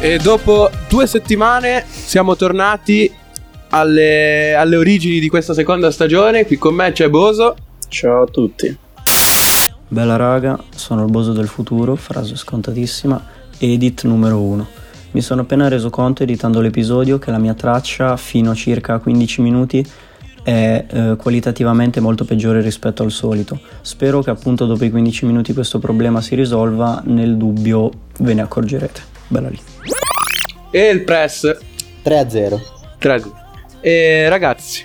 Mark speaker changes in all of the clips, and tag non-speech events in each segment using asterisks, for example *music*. Speaker 1: E dopo due settimane siamo tornati alle, alle origini di questa seconda stagione. Qui con me c'è Boso.
Speaker 2: Ciao a tutti.
Speaker 3: Bella raga, sono il boso del futuro, frase scontatissima, edit numero 1. Mi sono appena reso conto editando l'episodio che la mia traccia fino a circa 15 minuti è eh, qualitativamente molto peggiore rispetto al solito. Spero che appunto dopo i 15 minuti questo problema si risolva, nel dubbio ve ne accorgerete. Bella lì.
Speaker 1: E il press.
Speaker 4: 3 a 0.
Speaker 1: Tra di- E ragazzi,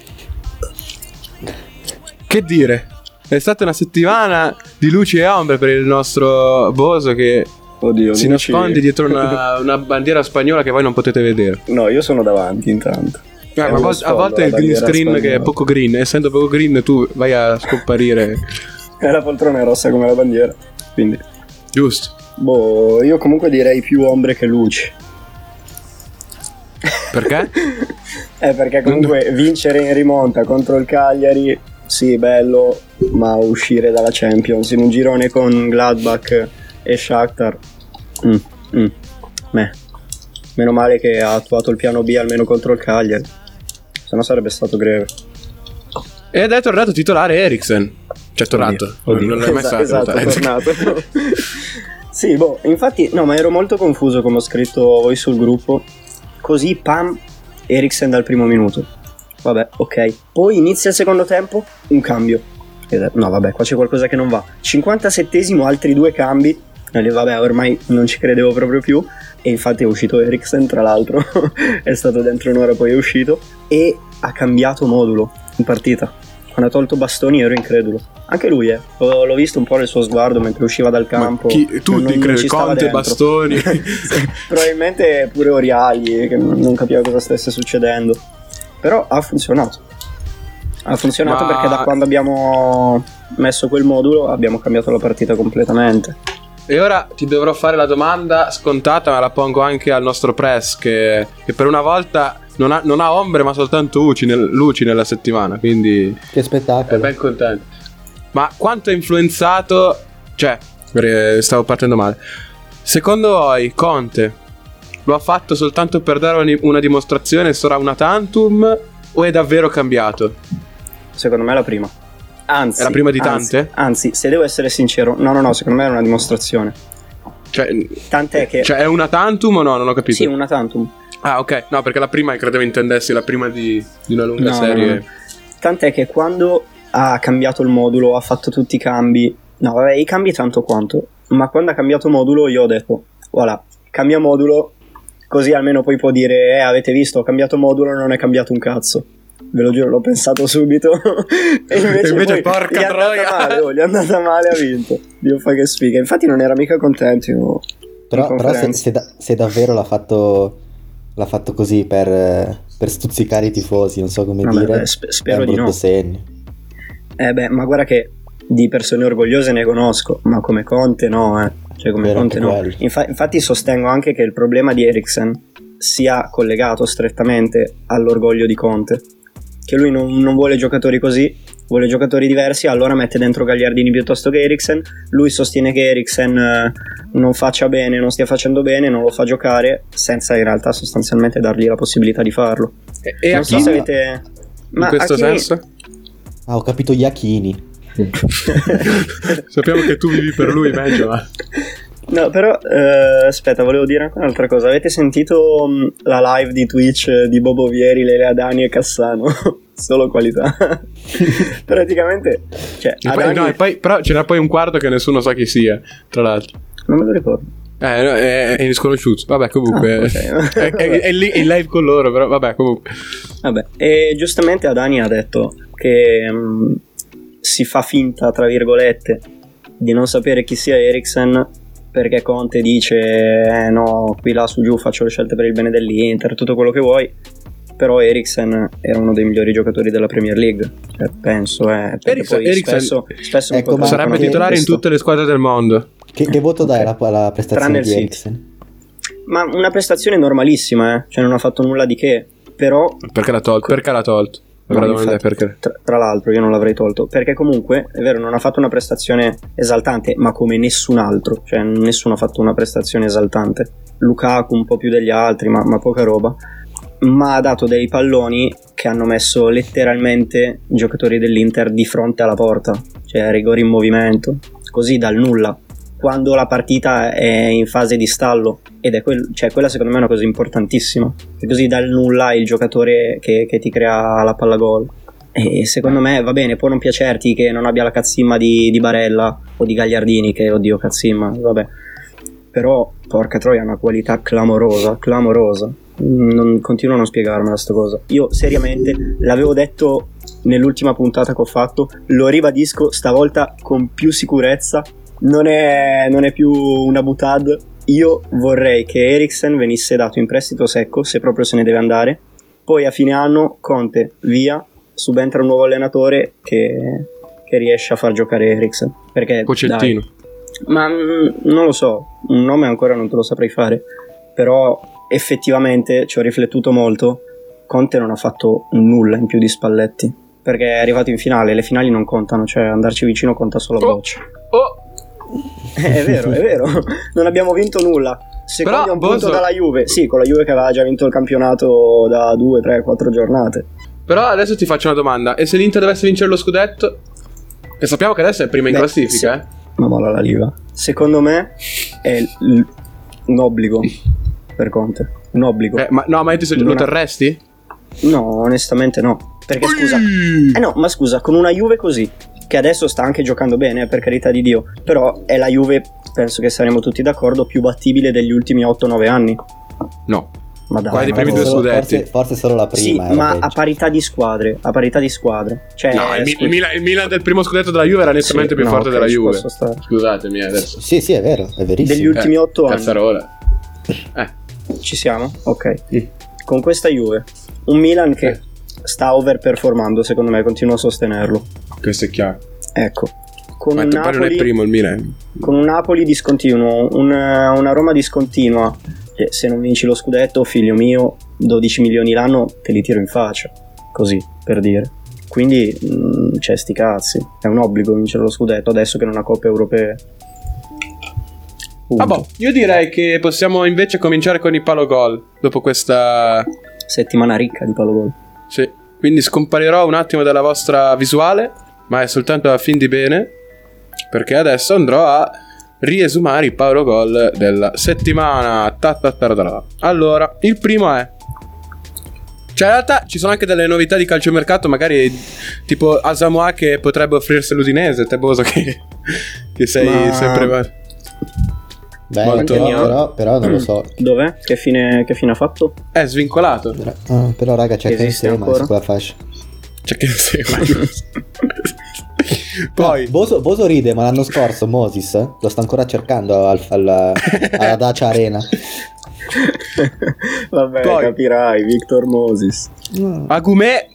Speaker 1: che dire? È stata una settimana di luci e ombre per il nostro Boso che
Speaker 2: Oddio,
Speaker 1: si
Speaker 2: amici.
Speaker 1: nasconde dietro una, una bandiera spagnola che voi non potete vedere.
Speaker 2: *laughs* No, io sono davanti intanto.
Speaker 1: Eh,
Speaker 2: È
Speaker 1: ma a,
Speaker 2: uno
Speaker 1: vol- a
Speaker 2: sfondo,
Speaker 1: volte
Speaker 2: la
Speaker 1: il green
Speaker 2: bandiera
Speaker 1: screen che è
Speaker 2: spagnola.
Speaker 1: poco green, essendo poco green tu vai a scomparire.
Speaker 2: E la poltrona è rossa come la bandiera. Quindi,
Speaker 1: Giusto.
Speaker 2: boh, io comunque direi più ombre che luci.
Speaker 1: Perché?
Speaker 2: *laughs* Eh, perché comunque vincere in rimonta contro il Cagliari, sì, bello, ma uscire dalla Champions in un girone con Gladbach e Shakhtar, mm, mm, meh. Meno male che ha attuato il piano B almeno contro il Cagliari, se no sarebbe stato greve.
Speaker 1: Ed è tornato titolare Eriksen. Cioè, è tornato.
Speaker 2: Oddio.
Speaker 1: Non l'hai mai Cioè,
Speaker 2: Esa-
Speaker 1: stato
Speaker 2: esatto, è
Speaker 1: titolare. *laughs*
Speaker 2: tornato. sì, boh, infatti, no, ma ero molto confuso come ho scritto voi sul gruppo. Così, pam, Eriksen dal primo minuto. Vabbè, ok. Poi inizia il secondo tempo, un cambio. Ed è- No, vabbè, qua c'è qualcosa che non va. 57esimo, altri due cambi. E lì, Vabbè, ormai non ci credevo proprio più. E infatti è uscito Eriksen, tra l'altro. *laughs* è stato dentro un'ora, poi è uscito. E ha cambiato modulo in partita. Quando ha tolto bastoni ero incredulo. Anche lui, eh. L'ho, l'ho visto un po' nel suo sguardo mentre usciva dal
Speaker 1: Ma
Speaker 2: campo.
Speaker 1: chi-
Speaker 2: Non-
Speaker 1: tutti
Speaker 2: non
Speaker 1: credo,
Speaker 2: ci stava
Speaker 1: Conte,
Speaker 2: dentro. *laughs*
Speaker 1: Bastoni.
Speaker 2: Probabilmente pure Oriali, che non non capiva cosa stesse succedendo. Però ha funzionato. Ha funzionato
Speaker 1: Ma-
Speaker 2: perché da quando abbiamo messo quel modulo abbiamo cambiato la partita completamente.
Speaker 1: E ora ti dovrò fare la domanda scontata, ma la pongo anche al nostro press, che, che per una volta non ha, non ha ombre, ma soltanto luci, nel- luci nella settimana, quindi
Speaker 4: Che
Speaker 1: è
Speaker 4: spettacolo.
Speaker 1: ben contento. Ma quanto è influenzato... Cioè, eh, stavo partendo male. Secondo voi, Conte lo ha fatto soltanto per dare una, una dimostrazione, sarà una tantum, o è davvero cambiato?
Speaker 2: Secondo me è la prima. Anzi,
Speaker 1: È la prima di
Speaker 2: anzi-
Speaker 1: tante?
Speaker 2: Anzi, se devo essere sincero, no, no, no, secondo me era una dimostrazione.
Speaker 1: Cioè,
Speaker 2: Tant'è che.
Speaker 1: cioè, è una tantum o no? Non ho capito.
Speaker 2: sì, una tantum.
Speaker 1: Ah, ok. No, perché la prima credevo intendessi la prima di, di una lunga
Speaker 2: No,
Speaker 1: serie.
Speaker 2: no, no. Tant'è che quando ha cambiato il modulo, ha fatto tutti i cambi. No, vabbè, i cambi tanto quanto. Ma quando ha cambiato modulo, io ho detto: voilà, cambia modulo. Così almeno poi può dire: Eh, avete visto, ho cambiato modulo, non è cambiato un cazzo. Ve lo giuro, l'ho pensato *laughs* subito. e invece,
Speaker 1: E invece,
Speaker 2: poi
Speaker 1: porca
Speaker 2: gli è andata
Speaker 1: troia.
Speaker 2: Male, oh, gli è andata male, ha vinto. Dio fa che sfiga. Infatti, non era mica contento. io,
Speaker 4: Però,
Speaker 2: in
Speaker 4: però se,
Speaker 2: conferenza.
Speaker 4: se da- se davvero l'ha fatto, l'ha fatto così per, eh, per stuzzicare i tifosi, non so come
Speaker 2: Vabbè,
Speaker 4: dire.
Speaker 2: beh, spe- spero
Speaker 4: è un
Speaker 2: di
Speaker 4: brutto
Speaker 2: no.
Speaker 4: segno.
Speaker 2: Eh beh, ma guarda che di persone orgogliose ne conosco, ma come Conte no, eh. Cioè come
Speaker 4: Vero,
Speaker 2: Conte
Speaker 4: anche
Speaker 2: no.
Speaker 4: quello.
Speaker 2: Infa- infatti sostengo anche che il problema di Eriksen sia collegato strettamente all'orgoglio di Conte. Che lui non, non vuole giocatori così, vuole giocatori diversi, allora mette dentro Gagliardini piuttosto che Eriksen. Lui sostiene che Eriksen eh, non faccia bene, non stia facendo bene, non lo fa giocare, senza in realtà sostanzialmente dargli la possibilità di farlo.
Speaker 1: E, e a
Speaker 2: non so
Speaker 1: chi
Speaker 2: se avete...
Speaker 1: in questo
Speaker 2: Hakimi-
Speaker 1: senso?
Speaker 4: Ah, ho capito Iachini.
Speaker 1: *laughs* Sappiamo che tu vivi per lui, meglio, ma-
Speaker 2: No, però eh, aspetta, volevo dire ancora un'altra cosa. Avete sentito mh, la live di Twitch eh, di Bobo Vieri, Lele Adani e Cassano? *laughs* Solo qualità. *laughs* Praticamente, cioè,
Speaker 1: E poi-
Speaker 2: Adani
Speaker 1: no, e poi- però c'era poi un quarto che nessuno sa chi sia, tra l'altro.
Speaker 2: non me lo ricordo.
Speaker 1: Eh, no, è, è sconosciuto. Vabbè, comunque.
Speaker 2: Ah, ok.
Speaker 1: *laughs* è, è- è lì in live con loro, però vabbè, comunque.
Speaker 2: Vabbè, e giustamente Adani ha detto che mh, si fa finta, tra virgolette, di non sapere chi sia Eriksen perché Conte dice eh, no, qui là su giù faccio le scelte per il bene dell'Inter, tutto quello che vuoi. Però Eriksen era uno dei migliori giocatori della Premier League, Cioè, penso, eh, perché
Speaker 1: Eriksen-
Speaker 2: poi
Speaker 1: Eriksen-
Speaker 2: spesso, spesso un
Speaker 4: Ecco,
Speaker 2: po'
Speaker 4: ma-
Speaker 1: Sarebbe
Speaker 2: trattano
Speaker 1: titolare in
Speaker 2: questo.
Speaker 1: tutte le squadre del mondo.
Speaker 4: Che,
Speaker 2: *laughs*
Speaker 4: che voto dai alla,
Speaker 2: Tranne
Speaker 4: alla prestazione
Speaker 2: il
Speaker 4: di
Speaker 2: City.
Speaker 4: Eriksen?
Speaker 2: Ma una prestazione normalissima, eh, cioè non ha fatto nulla di che, però
Speaker 1: Perché l'ha tolto? Perché l'ha tolto? Ora
Speaker 2: No,
Speaker 1: la domanda è
Speaker 2: infatti,
Speaker 1: perché.
Speaker 2: Tra, tra l'altro, io non l'avrei tolto perché, comunque, è vero, non ha fatto una prestazione esaltante, ma come nessun altro, cioè nessuno ha fatto una prestazione esaltante. Lukaku un po' più degli altri, ma, ma poca roba. Ma ha dato dei palloni che hanno messo letteralmente i giocatori dell'Inter di fronte alla porta, cioè rigori in movimento, così dal nulla. Quando la partita è in fase di stallo, ed è quel- cioè, quella secondo me è una cosa importantissima. Che così dal nulla hai il giocatore che, che ti crea la palla gol. E secondo me va bene, può non piacerti che non abbia la cazzimma di, di Barella o di Gagliardini, che oddio cazzimma, vabbè. Però, porca troia, ha una qualità clamorosa, clamorosa. Non, continuo a non spiegarmela sta cosa. Io seriamente l'avevo detto nell'ultima puntata che ho fatto, lo ribadisco stavolta con più sicurezza. Non è, non è più una butad. Io vorrei che Eriksen venisse dato in prestito secco, se proprio se ne deve andare. Poi a fine anno Conte via, subentra un nuovo allenatore che, che riesce a far giocare Eriksen. Perché dai,
Speaker 1: Pocettino.
Speaker 2: ma mm, non lo so, un nome ancora non te lo saprei fare, però effettivamente ci ho riflettuto molto, Conte non ha fatto nulla in più di Spalletti, perché è arrivato in finale, le finali non contano, cioè andarci vicino conta solo a
Speaker 1: Oh.
Speaker 2: boccia. *laughs*
Speaker 1: Oh,
Speaker 2: è vero, è vero, non abbiamo vinto nulla. Secondi
Speaker 1: Però,
Speaker 2: a un punto
Speaker 1: Bozo-
Speaker 2: dalla Juve, sì, con la Juve che aveva già vinto il campionato da 2, 3, 4 giornate.
Speaker 1: Però adesso ti faccio una domanda. E se l'Inter dovesse vincere lo scudetto? E sappiamo che adesso è prima in
Speaker 2: Beh,
Speaker 1: classifica, eh?
Speaker 2: Ma molla la Liva. Secondo me è l- un obbligo per Conte, un obbligo.
Speaker 1: Eh, ma, no, ma io ti sto- lo
Speaker 2: Una-
Speaker 1: terresti?
Speaker 2: No, onestamente no. Perché scusa. Eh no, ma scusa, con una Juve così, che adesso sta anche giocando bene, eh, per carità di Dio, però è la Juve, penso che saremo tutti d'accordo, più battibile degli ultimi 8-9 anni.
Speaker 1: No.
Speaker 2: Ma dai,
Speaker 1: Quasi i
Speaker 2: ma
Speaker 1: primi due
Speaker 2: cosa-
Speaker 1: scudetti.
Speaker 4: Forse, forse solo la
Speaker 2: Sì,
Speaker 4: prima. era
Speaker 2: ma a
Speaker 4: peggio.
Speaker 2: parità di squadre, a parità di squadre. Cioè,
Speaker 1: no, il, Mi-
Speaker 2: scusa.
Speaker 1: il Milan, il Milan del primo scudetto della Juve era
Speaker 2: Sì,
Speaker 1: nettamente più
Speaker 2: no,
Speaker 1: forte
Speaker 2: ok,
Speaker 1: della
Speaker 2: ci
Speaker 1: Juve. Eh,
Speaker 2: posso stare.
Speaker 1: Scusatemi eh, adesso.
Speaker 4: Sì, sì, è vero, è
Speaker 2: Degli
Speaker 4: verissimo.
Speaker 2: ultimi 8 anni.
Speaker 1: Cazzarola. Eh,
Speaker 2: Ci siamo? Ok.
Speaker 1: Sì.
Speaker 2: Con questa Juve, un Milan che
Speaker 1: Eh.
Speaker 2: sta overperformando, secondo me, continuo a sostenerlo.
Speaker 1: questo è chiaro.
Speaker 2: Ecco. Con
Speaker 1: Ma
Speaker 2: un
Speaker 1: te- poi non è
Speaker 2: Napoli-
Speaker 1: primo il Milan.
Speaker 2: con un Napoli discontinuo, un- eh, una Roma discontinua. che Se non vinci lo scudetto, figlio mio, 12 milioni l'anno te li tiro in faccia. Così, per dire. Quindi, mh, cioè, sti cazzi. È un obbligo vincere lo scudetto adesso che non ha coppe europee. Punto.
Speaker 1: Ah, boh, io direi che possiamo invece cominciare con i palo gol. Dopo questa.
Speaker 2: Settimana ricca di palogol.
Speaker 1: Sì. Quindi scomparirò un attimo dalla vostra visuale, ma è soltanto a fin di bene. Perché adesso andrò a riesumare i palo gol della settimana. Ta ta ta ta ta. Allora, il primo è. Cioè, in realtà ci sono anche delle novità di calciomercato, magari tipo Asamoah che potrebbe offrirsi l'Udinese, te Boso che, *laughs* che sei
Speaker 2: Ma-
Speaker 1: sempre...
Speaker 4: Beh,
Speaker 1: Molto.
Speaker 4: però, però- però non lo so.
Speaker 2: Dov'è? Che fine, che fine ha fatto? *laughs*
Speaker 1: È svincolato.
Speaker 4: Però, ah, però, raga, c'è
Speaker 2: Esiste
Speaker 4: Conte, ma è
Speaker 2: ancora?
Speaker 4: su quella fascia.
Speaker 1: Cioè, che *laughs* segue. Poi,
Speaker 4: No, Boso, Boso ride, ma l'anno scorso Moses eh, lo sta ancora cercando al- alla, alla Dacia Arena.
Speaker 2: *laughs* Vabbè,
Speaker 1: Poi-
Speaker 2: capirai, Victor Moses.
Speaker 1: Agumè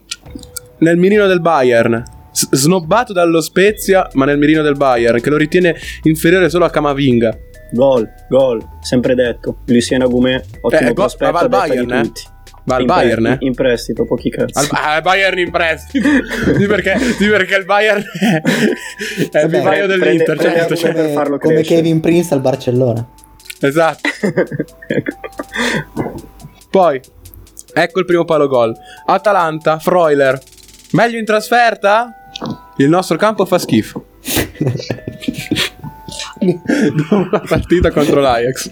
Speaker 1: nel mirino del Bayern. S- snobbato dallo Spezia, ma nel mirino del Bayern, che lo ritiene inferiore solo a Camavinga.
Speaker 2: Gol, gol, sempre detto. Lucien Agumè, ottimo
Speaker 1: Eh, gol-
Speaker 2: prospetto,
Speaker 1: ma va al
Speaker 2: detta di
Speaker 1: Bayern, eh?
Speaker 2: tutti.
Speaker 1: Va al
Speaker 2: in
Speaker 1: Bayern,
Speaker 2: pre-
Speaker 1: eh?
Speaker 2: in prestito, pochi cazzi.
Speaker 1: Al, al Bayern in prestito. *laughs* sì, perché, sì, perché il Bayern è, è il
Speaker 4: Vabbè,
Speaker 1: vivaio
Speaker 2: prende-
Speaker 1: dell'Inter.
Speaker 2: prende
Speaker 1: certo,
Speaker 2: Agumè
Speaker 1: certo.
Speaker 2: per farlo
Speaker 4: Come, come
Speaker 2: crescere.
Speaker 4: Kevin Prince al Barcellona.
Speaker 1: Esatto.
Speaker 2: Ecco.
Speaker 1: Poi, ecco il primo palo gol. Atalanta, Freuler. Meglio in trasferta? Il nostro campo fa schifo.
Speaker 2: *laughs*
Speaker 1: *laughs* Dopo la partita contro l'Ajax.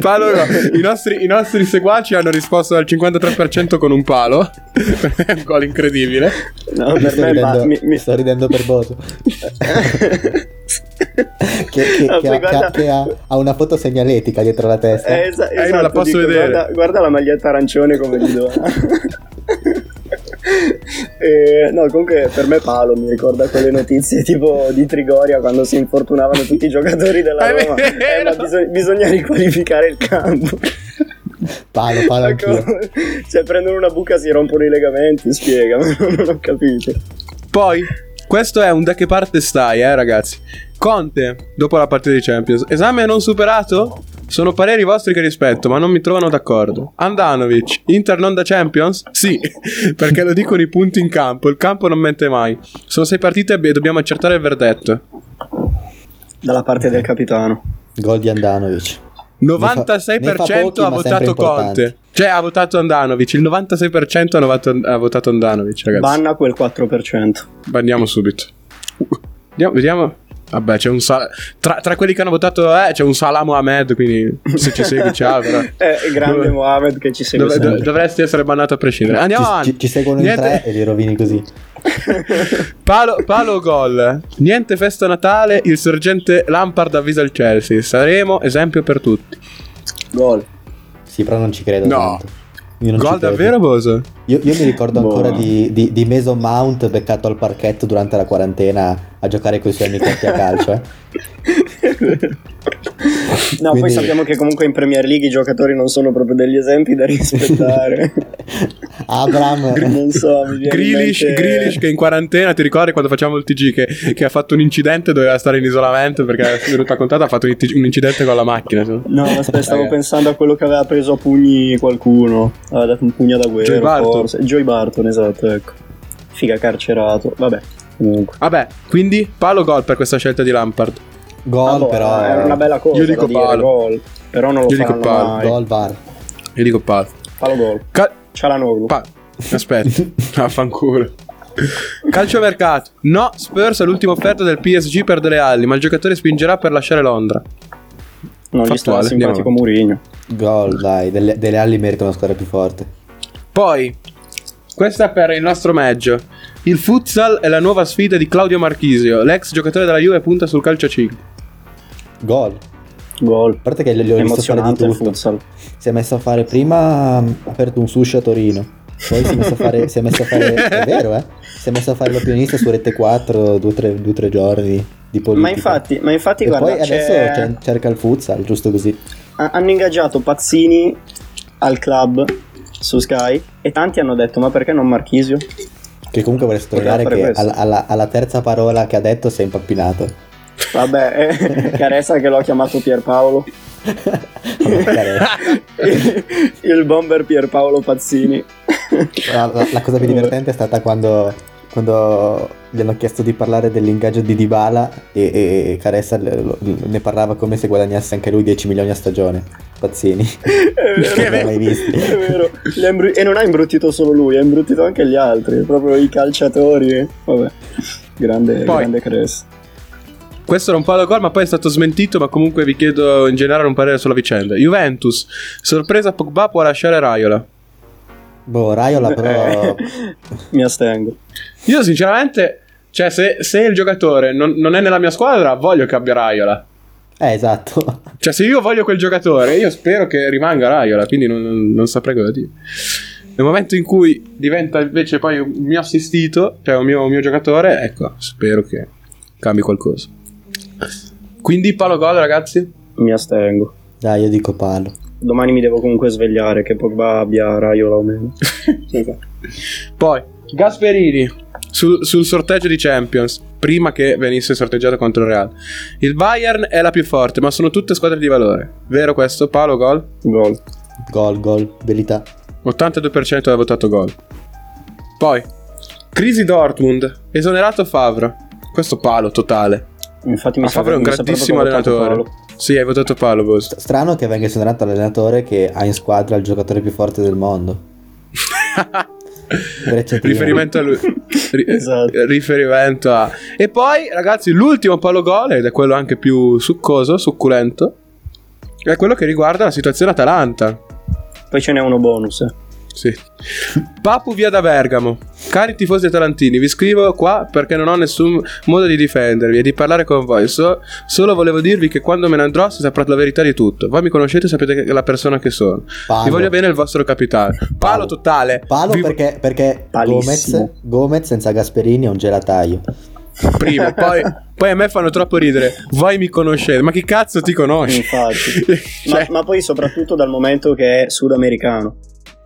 Speaker 1: Palo gol. I nostri, i nostri seguaci hanno risposto al 53% con un palo. *laughs* È un gol incredibile.
Speaker 2: *laughs* No,
Speaker 4: Mi
Speaker 2: per
Speaker 4: sto,
Speaker 2: me
Speaker 4: ridendo,
Speaker 2: va- mi- mi- *laughs*
Speaker 4: sto ridendo per Boso. Che, che-
Speaker 2: Ah, poi
Speaker 4: che ha, che ha-
Speaker 2: guarda-
Speaker 4: che ha- ha una foto segnaletica dietro la testa.
Speaker 2: Eh, esa-
Speaker 1: io non
Speaker 2: esatto,
Speaker 1: la posso
Speaker 2: dico,
Speaker 1: vedere.
Speaker 2: Guarda, guarda la maglietta arancione come gli do. *laughs* Eh, no, comunque per me Paolo mi ricorda quelle notizie tipo di Trigoria quando si infortunavano tutti i giocatori
Speaker 1: *laughs*
Speaker 2: della
Speaker 1: È
Speaker 2: Roma.
Speaker 1: vero.
Speaker 2: Eh, ma bisog- bisogna riqualificare il campo.
Speaker 4: Palo, palo anch'io.
Speaker 2: *laughs* cioè, prendono una buca, si rompono i legamenti. Spiega, *laughs* non ho capito.
Speaker 1: Poi, questo è un da che parte stai, eh, ragazzi. Conte, dopo la partita di Champions, esame non superato? Sono pareri vostri che rispetto, ma non mi trovano d'accordo. Andanovic, Inter non da Champions? Sì, *laughs* perché lo dicono i punti in campo. Il campo non mente mai. Sono sei partite e dobbiamo accertare il verdetto.
Speaker 2: dalla parte del capitano.
Speaker 4: Gol di Andanovic.
Speaker 1: 96%
Speaker 4: ne fa pochi,
Speaker 1: ha
Speaker 4: ma sempre
Speaker 1: votato
Speaker 4: importanti.
Speaker 1: Conte. Cioè, ha votato Andanovic. Il 96% ha votato, ha votato Andanovic, ragazzi.
Speaker 2: Banna quel 4%.
Speaker 1: Bandiamo subito. Uh, vediamo, vediamo. Vabbè, c'è un sal- tra, tra quelli che hanno votato eh, c'è un Salamo Ahmed, quindi se ci
Speaker 2: *laughs*
Speaker 1: segui ciao. però.
Speaker 2: Eh, grande
Speaker 1: Dov-
Speaker 2: Mohamed che ci segue
Speaker 1: dov- dov-
Speaker 2: sempre.
Speaker 1: dovresti essere bannato a prescindere. Andiamo
Speaker 4: ci,
Speaker 1: avanti.
Speaker 4: ci- ci seguono
Speaker 1: Niente-
Speaker 4: in tre e li rovini così.
Speaker 1: Palo, palo gol. Niente festa Natale, il sorgente Lampard avvisa il Chelsea. Saremo esempio per tutti.
Speaker 2: Gol.
Speaker 4: Sì, però non ci credo.
Speaker 1: No.
Speaker 4: tanto. Io non ci
Speaker 1: Gol
Speaker 4: credo.
Speaker 1: davvero, Boso?
Speaker 4: Io, io mi ricordo
Speaker 2: Boh.
Speaker 4: ancora di, di, di Mason Mount beccato al parchetto durante la quarantena a giocare con i suoi amichetti a calcio. eh.
Speaker 2: *laughs*
Speaker 4: *laughs*
Speaker 2: No, poi
Speaker 4: Quindi-
Speaker 2: sappiamo che comunque in Premier League i giocatori non sono proprio degli esempi
Speaker 1: *laughs*
Speaker 2: da rispettare.
Speaker 4: Abram,
Speaker 2: non so, mi viene in
Speaker 1: Grealish,
Speaker 2: mente-
Speaker 1: Grealish che in quarantena, ti ricordi quando facciamo il TG che, che ha fatto un incidente, doveva stare in isolamento perché è venuto a contatto, ha fatto un, TG un incidente con la macchina. insomma.
Speaker 2: No, aspetta,
Speaker 4: Eh.
Speaker 2: stavo
Speaker 1: Raga.
Speaker 2: pensando a quello che aveva preso a pugni qualcuno. Aveva dato un pugno da guerra.
Speaker 1: Joey Barton.
Speaker 2: forse. Joey Barton, esatto, ecco. Figa carcerato. Vabbè, comunque.
Speaker 1: Vabbè, quindi palo gol per questa scelta di Lampard.
Speaker 4: gol
Speaker 2: Allora,
Speaker 4: però.
Speaker 2: Ah, boh,
Speaker 4: eh.
Speaker 2: Era una bella cosa.
Speaker 1: Io dico
Speaker 2: da dire,
Speaker 1: palo.
Speaker 2: gol. Però non lo
Speaker 1: Io dico
Speaker 2: faranno
Speaker 1: palo.
Speaker 2: mai.
Speaker 4: Gol var.
Speaker 1: Io dico palo.
Speaker 2: Palo gol.
Speaker 1: Cal-
Speaker 2: Cialanoglu.
Speaker 1: pa-
Speaker 2: *laughs*
Speaker 1: Aspetta, affanculo. Calciomercato. No, Spurs è l'ultima offerta del PSG per Dele Alli, ma il giocatore spingerà per lasciare Londra.
Speaker 2: non gli sta
Speaker 1: fattuale,
Speaker 2: simpatico
Speaker 1: andiamo.
Speaker 2: Murigno.
Speaker 4: Gol, dai. Delle, delle Alli merita una squadra più forte.
Speaker 1: Poi, questa per il nostro match. Il futsal è la nuova sfida di Claudio Marchisio, l'ex giocatore della Juve punta sul calcio a 5.
Speaker 4: Gol. A
Speaker 2: Gol.
Speaker 4: parte che gli ho visto fare di
Speaker 2: Emozionante il
Speaker 4: tutto.
Speaker 2: futsal.
Speaker 4: Si è messo a fare prima. mh, Ha aperto un sushi a Torino. Poi si è messo a fare. si è messo a
Speaker 2: *laughs*
Speaker 4: fare è vero, eh? Si è messo a fare l'opinionista su Rete 4 due o tre, due, tre giorni di politica.
Speaker 2: Ma infatti, ma infatti
Speaker 4: E
Speaker 2: guarda,
Speaker 4: poi
Speaker 2: c'è-
Speaker 4: adesso cer- cerca il futsal, giusto così.
Speaker 2: ha- hanno ingaggiato Pazzini al club su Sky e tanti hanno detto "Ma perché non Marchisio?"
Speaker 4: Che comunque vorrei sottolineare
Speaker 2: fare
Speaker 4: che
Speaker 2: questo.
Speaker 4: alla, alla- alla terza parola che ha detto si è impappinato. *laughs*
Speaker 2: Vabbè, eh, Caressa che l'ho chiamato Pierpaolo.
Speaker 4: la,
Speaker 2: il bomber Pierpaolo Pazzini.
Speaker 4: la- la cosa più divertente è stata quando, quando gli hanno chiesto di parlare dell'ingaggio di Dybala e, e- e Caressa le- lo- ne parlava come se guadagnasse anche lui 10 milioni a stagione. Pazzini.
Speaker 2: È
Speaker 4: Non l'ho mai visto.
Speaker 2: È vero. Li ha imbru- e non ha imbruttito solo lui, ha imbruttito anche gli altri, proprio i calciatori. Vabbè, grande,
Speaker 1: Poi-
Speaker 2: grande Cres.
Speaker 1: Questo era un palo gol, ma poi è stato smentito, ma comunque vi chiedo in generale un parere sulla vicenda. Juventus, sorpresa Pogba può lasciare Raiola.
Speaker 4: Boh,
Speaker 1: Eh.
Speaker 4: Raiola però...
Speaker 2: Eh. Mi astengo.
Speaker 1: Io sinceramente, cioè se, se il giocatore non, non è nella mia squadra, voglio che abbia Raiola.
Speaker 4: Eh, esatto.
Speaker 1: Cioè se io voglio quel giocatore, io spero che rimanga Raiola, quindi non, non- non saprei cosa dire. Nel momento in cui diventa invece poi un mio assistito, cioè un mio, un mio giocatore, ecco, spero che cambi qualcosa. Quindi palo gol ragazzi.
Speaker 2: Mi astengo.
Speaker 4: Dai, io dico palo.
Speaker 2: Domani mi devo comunque svegliare, che Pogba abbia Raiola o meno.
Speaker 1: Poi Gasperini su- sul sorteggio di Champions prima che venisse sorteggiato contro il Real. Il Bayern è la più forte, ma sono tutte squadre di valore. Vero questo? Paolo gol.
Speaker 2: Gol.
Speaker 4: Gol, gol, verità.
Speaker 1: 82% ha votato gol. Poi Crisi Dortmund, esonerato Favre. Questo palo totale.
Speaker 2: Infatti mi
Speaker 1: Ma
Speaker 2: sa
Speaker 1: Favre è un
Speaker 2: mi sa proprio
Speaker 1: grandissimo
Speaker 2: che ho votato
Speaker 1: allenatore.
Speaker 2: Paolo.
Speaker 1: Sì, hai votato Paolo, boh. Boss.
Speaker 4: Strano che venga esonerato l'allenatore che ha in squadra il giocatore più forte del mondo.
Speaker 1: *laughs*
Speaker 4: Brecciatino.
Speaker 1: riferimento a lui.
Speaker 2: *laughs*
Speaker 1: Ri-
Speaker 2: Esatto.
Speaker 1: Riferimento a. E poi, ragazzi, l'ultimo palo gol, ed è quello anche più succoso, succulento, è quello che riguarda la situazione Atalanta.
Speaker 2: Poi ce n'è uno bonus. eh.
Speaker 1: Sì. Papu via da Bergamo. Cari tifosi atalantini, vi scrivo qua perché non ho nessun modo di difendervi e di parlare con voi. So- solo volevo dirvi che quando me ne andrò si saprà la verità di tutto. Voi mi conoscete e sapete che- la persona che sono.
Speaker 4: Palo.
Speaker 1: Vi voglio bene il vostro capitale. Palo,
Speaker 4: Palo.
Speaker 1: totale.
Speaker 4: Palo
Speaker 1: Vi-
Speaker 4: perché, perché
Speaker 2: Palissimo.
Speaker 4: Gomez, Gomez senza Gasperini è un gelataio.
Speaker 2: *laughs*
Speaker 1: primo. Poi, poi a me fanno troppo ridere. Voi mi conoscete, ma chi cazzo ti conosci?
Speaker 2: Infatti.
Speaker 1: *laughs* Cioè,
Speaker 2: Ma, ma poi soprattutto dal momento che è sudamericano.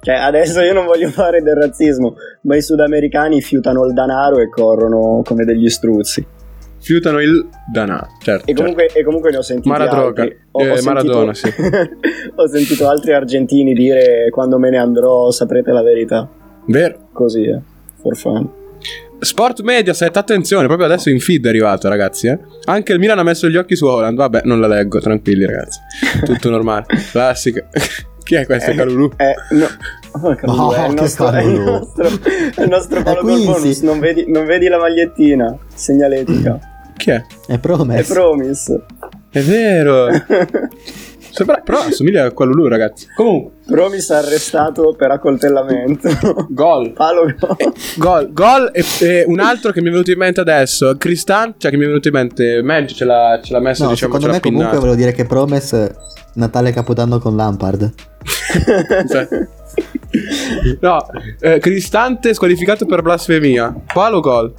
Speaker 2: Cioè, adesso io non voglio fare del razzismo, ma i sudamericani fiutano il danaro e corrono come degli struzzi.
Speaker 1: fiutano il Danà. Certo.
Speaker 2: E comunque, e comunque ne ho sentiti
Speaker 1: Maradroga.
Speaker 2: altri. Ho- ho
Speaker 1: Eh, Maradona, sì.
Speaker 2: *laughs* ho sentito altri argentini dire quando me ne andrò saprete la verità.
Speaker 1: certo. Vero.
Speaker 2: Così, eh. For fun.
Speaker 1: Sport Mediaset, attenzione, proprio adesso in feed è arrivato, ragazzi. eh. Anche il Milan ha messo gli occhi su Holland. Vabbè, non la leggo, tranquilli, ragazzi. Tutto
Speaker 2: *laughs*
Speaker 1: normale. Classica. *laughs* Chi è questo,
Speaker 2: Eh,
Speaker 1: Calulu?
Speaker 2: Eh,
Speaker 4: *laughs*
Speaker 2: no. Oh, Calulu,
Speaker 4: No,
Speaker 2: è il
Speaker 4: che Eh,
Speaker 2: nostro, è il
Speaker 4: Calulu.
Speaker 2: nostro, è il nostro
Speaker 4: È
Speaker 2: Paolo
Speaker 4: Quincy.
Speaker 2: Corbonus. Non vedi, non vedi la magliettina
Speaker 4: Mm.
Speaker 2: segnaletica.
Speaker 1: Chi è?
Speaker 4: È
Speaker 2: È
Speaker 4: promesso.
Speaker 2: *laughs* promise.
Speaker 1: È vero. Sembra- però assomiglia a Calulu, ragazzi. Comunque,
Speaker 2: Promise arrestato per accoltellamento. *laughs*
Speaker 1: gol.
Speaker 2: Paolo
Speaker 1: Gol, gol e, e un altro che mi è venuto in mente adesso, Cristante, cioè che mi è venuto in mente, Mangi ce l'ha, ce l'ha messo,
Speaker 4: No,
Speaker 1: diciamo, ce
Speaker 4: secondo
Speaker 1: l'ha
Speaker 4: me comunque
Speaker 1: pinnato.
Speaker 4: volevo dire che Promes eh, Natale Capodanno con Lampard.
Speaker 1: No, eh, Cristante squalificato per blasfemia. Palo gol.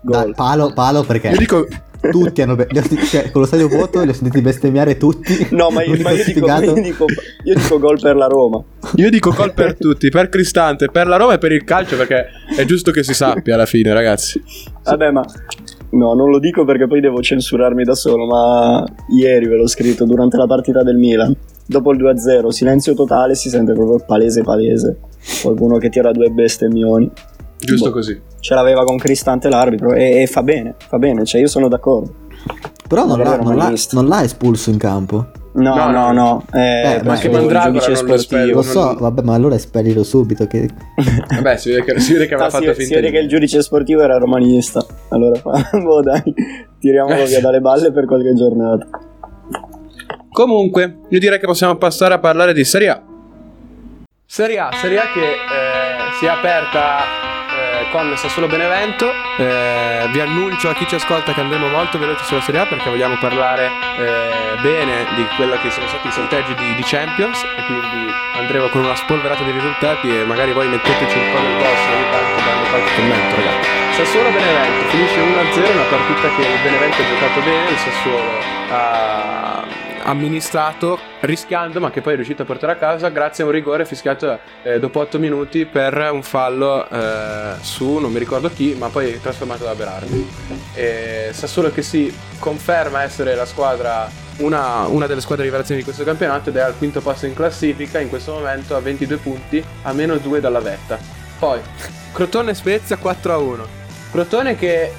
Speaker 4: Dai,
Speaker 2: Gol.
Speaker 4: palo, palo perché
Speaker 1: Io dico
Speaker 4: tutti hanno be- li ho senti- cioè, con lo stadio vuoto li ho sentiti bestemmiare tutti.
Speaker 2: No, ma io, ma io dico,
Speaker 4: Sfigato.
Speaker 2: io, dico, io dico gol per la Roma.
Speaker 1: io dico gol per
Speaker 4: *laughs*
Speaker 1: tutti, per Cristante, per la Roma e per il calcio perché è giusto che si sappia alla fine, ragazzi.
Speaker 2: Vabbè, ma no, non lo dico perché poi devo censurarmi da solo. Ma ieri ve l'ho scritto durante la partita del Milan. Dopo il 2-0, silenzio totale, si sente proprio palese palese. Qualcuno che tira due bestemmioni.
Speaker 1: Giusto
Speaker 2: Boh.
Speaker 1: così.
Speaker 2: Ce l'aveva con Cristante l'arbitro e, e fa bene, fa bene, cioè io sono d'accordo.
Speaker 4: Però non,
Speaker 2: Non
Speaker 4: l'ha,
Speaker 2: era
Speaker 4: non l'ha-
Speaker 2: romanista.
Speaker 4: non l'ha espulso in campo.
Speaker 2: No,
Speaker 1: No,
Speaker 2: no,
Speaker 1: no.
Speaker 2: no.
Speaker 4: ma
Speaker 2: eh,
Speaker 4: anche
Speaker 2: perché il
Speaker 1: Mandragora
Speaker 2: giudice
Speaker 1: non lo spero.
Speaker 4: Lo
Speaker 1: non-
Speaker 2: sportivo.
Speaker 4: so, vabbè, ma allora espellilo subito. Che...
Speaker 1: Vabbè, si vede che, *laughs* si vede che aveva
Speaker 2: Ah, si-
Speaker 1: fatto
Speaker 2: si,
Speaker 1: finta.
Speaker 2: vede
Speaker 1: di-
Speaker 2: che il giudice sportivo era romanista. Allora, *laughs* fa- boh, dai,
Speaker 1: Eh,
Speaker 2: tiriamolo via dalle balle per qualche giornata.
Speaker 1: Comunque, io direi che possiamo passare a parlare di Serie A. Serie A, Serie A che eh, si è aperta eh, con Sassuolo Benevento. Eh, vi annuncio a chi ci ascolta che andremo molto veloci sulla Serie A perché vogliamo parlare eh, bene di quello che sono stati i sorteggi di, di Champions e quindi andremo con una spolverata di risultati e magari voi metteteci un po' nel posto ogni tanto dando qualche commento, ragazzi. Sassuolo Benevento finisce 1-0, una partita che il Benevento ha giocato bene, il Sassuolo ha amministrato rischiando ma che poi è riuscito a portare a casa grazie a un rigore fischiato eh, dopo 8 minuti per un fallo eh, su non mi ricordo chi ma poi trasformato da Berardi e Sassuolo che si conferma essere la squadra una, una delle squadre rivelazioni di questo campionato ed è al quinto posto in classifica in questo momento a 22 punti a meno 2 dalla vetta poi Crotone Spezia 4 a 1. Crotone che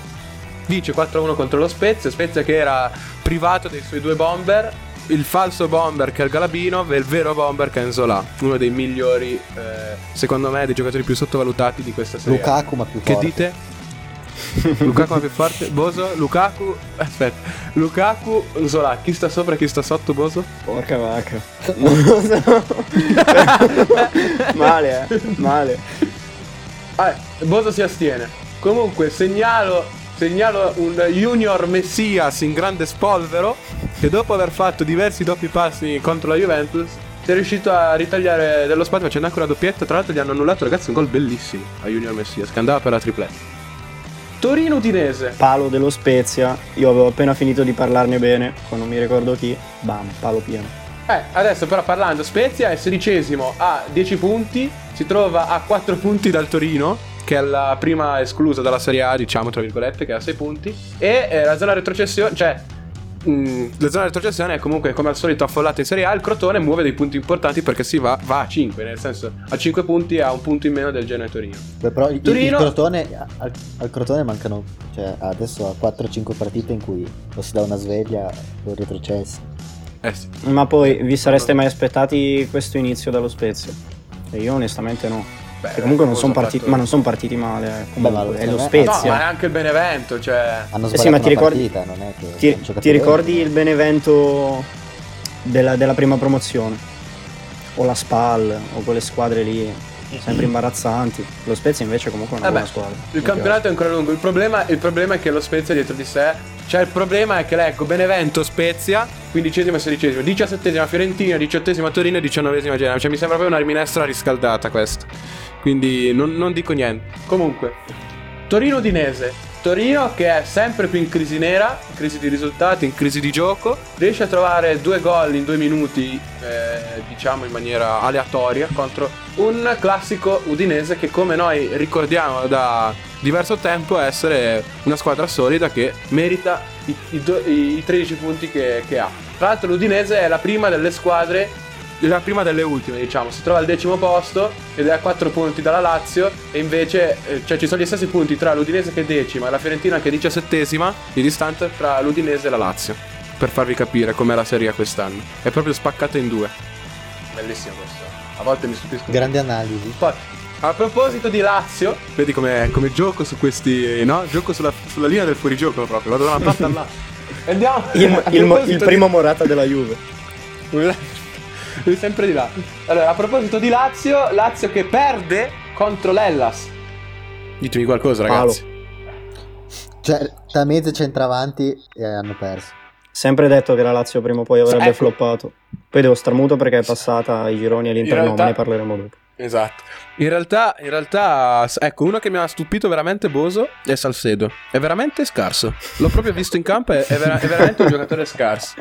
Speaker 1: vince 4 a 1 contro lo Spezia, Spezia che era privato dei suoi due bomber, il falso bomber che è il Galabino e il vero bomber che è Enzola, uno dei migliori eh, secondo me dei giocatori più sottovalutati di questa serie.
Speaker 4: Lukaku, ma più
Speaker 1: Che
Speaker 4: forte.
Speaker 1: dite? Lukaku è più forte? Boso? Lukaku? Aspetta. Lukaku, Zola, chi sta sopra e chi sta sotto, Boso?
Speaker 2: Porca vacca. *laughs* male, eh. Male.
Speaker 1: Ah, Boso si astiene. Comunque segnalo, segnalo un Junior Messias in grande spolvero che dopo aver fatto diversi doppi passi contro la Juventus si è riuscito a ritagliare dello spazio facendo anche una doppietta. Tra l'altro gli hanno annullato ragazzi un gol bellissimo a Junior Messias che andava per la tripletta. Torino Udinese.
Speaker 2: Palo dello Spezia. Io avevo appena finito di parlarne bene, con non mi ricordo chi. Bam, palo pieno.
Speaker 1: Eh, adesso però parlando, Spezia è sedicesimo a 10 punti, si trova a 4 punti dal Torino, che è la prima esclusa dalla Serie A, diciamo, tra virgolette, che ha 6 punti, e eh, la zona retrocessione, cioè... mm, la zona retrocessione è comunque come al solito affollata in Serie A. Il Crotone muove dei punti importanti perché si va, va a 5, nel senso a 5 punti e ha un punto in meno del Genoa e Torino.
Speaker 4: Beh, però il,
Speaker 1: Torino-
Speaker 4: il crotone, al, al crotone mancano, cioè adesso ha 4-5 partite in cui o si dà una sveglia o retrocesso.
Speaker 1: Eh sì.
Speaker 2: Ma poi vi sareste mai aspettati questo inizio dallo Spezia? E io onestamente no.
Speaker 1: Beh,
Speaker 2: Che comunque non
Speaker 1: Eh, cosa
Speaker 2: sono
Speaker 1: ha
Speaker 2: partiti,
Speaker 1: fatto?
Speaker 2: ma non sono partiti male. eh. Comunque,
Speaker 4: ma lo-
Speaker 2: è lo
Speaker 4: no,
Speaker 1: No,
Speaker 2: Spezia.
Speaker 1: ma è anche il Benevento, cioè...
Speaker 4: Hanno
Speaker 2: Eh
Speaker 4: sbagliato
Speaker 2: sì, ma ti
Speaker 4: una
Speaker 2: ricordi-
Speaker 4: partita, non è che
Speaker 2: Ti,
Speaker 4: hanno giocato
Speaker 2: ti
Speaker 4: bene.
Speaker 2: ricordi il Benevento della, della prima promozione? O la Spal, o quelle squadre lì, sempre imbarazzanti. Lo Spezia invece comunque è una
Speaker 1: Vabbè,
Speaker 2: buona squadra.
Speaker 1: Eh Il campionato è ancora lungo. Il problema, il problema è che lo Spezia è dietro di sé. Cioè, il problema è che ecco, Benevento, Spezia, quindicesima e sedicesima, diciassettesima Fiorentina, diciottesima Torino e diciannovesima Genova. Cioè, mi sembra proprio una minestra riscaldata questa. Quindi non, non dico niente. Comunque, Torino Udinese. Torino che è sempre più in crisi nera, in crisi di risultati, in crisi di gioco, riesce a trovare due gol in due minuti, eh, diciamo in maniera aleatoria, contro un classico udinese che come noi ricordiamo da diverso tempo a essere una squadra solida che merita i, i do- i 13 punti che, che ha. Tra l'altro l'Udinese è la prima delle squadre, la prima delle ultime diciamo, si trova al decimo posto ed è a 4 punti dalla Lazio e invece eh, cioè, ci sono gli stessi punti tra l'Udinese che è decima e la Fiorentina che è diciassettesima di distanza tra l'Udinese e la Lazio. Per farvi capire com'è la Serie A quest'anno. È proprio spaccata in due. Bellissimo questo. A volte mi stupisco.
Speaker 4: Grande analisi.
Speaker 1: Poi, a proposito di Lazio, vedi come, come gioco su questi. eh, No? Gioco sulla, sulla linea del fuorigioco proprio. Vado da una *laughs* parte all'altra. Andiamo.
Speaker 2: Il,
Speaker 1: a
Speaker 2: il mo-
Speaker 1: proposito
Speaker 2: il
Speaker 1: di-
Speaker 2: primo Morata della Juve.
Speaker 1: *laughs* Lui sempre di là. Allora, a proposito di Lazio, Lazio che perde contro l'Ellas. Ditemi qualcosa,
Speaker 2: ragazzi.
Speaker 4: Cioè, Tamese centravanti e hanno perso.
Speaker 2: Sempre detto che la Lazio prima o poi avrebbe
Speaker 1: Ecco.
Speaker 2: floppato. Poi devo star muto perché è passata ai gironi e l'Inter
Speaker 1: In
Speaker 2: no,
Speaker 1: realtà-
Speaker 2: ma ne parleremo dopo.
Speaker 1: Esatto. In realtà, in realtà, s- ecco, uno che mi ha stupito veramente Boso è Salcedo. È veramente scarso. L'ho proprio visto in campo, è, è vera- è veramente un giocatore scarso.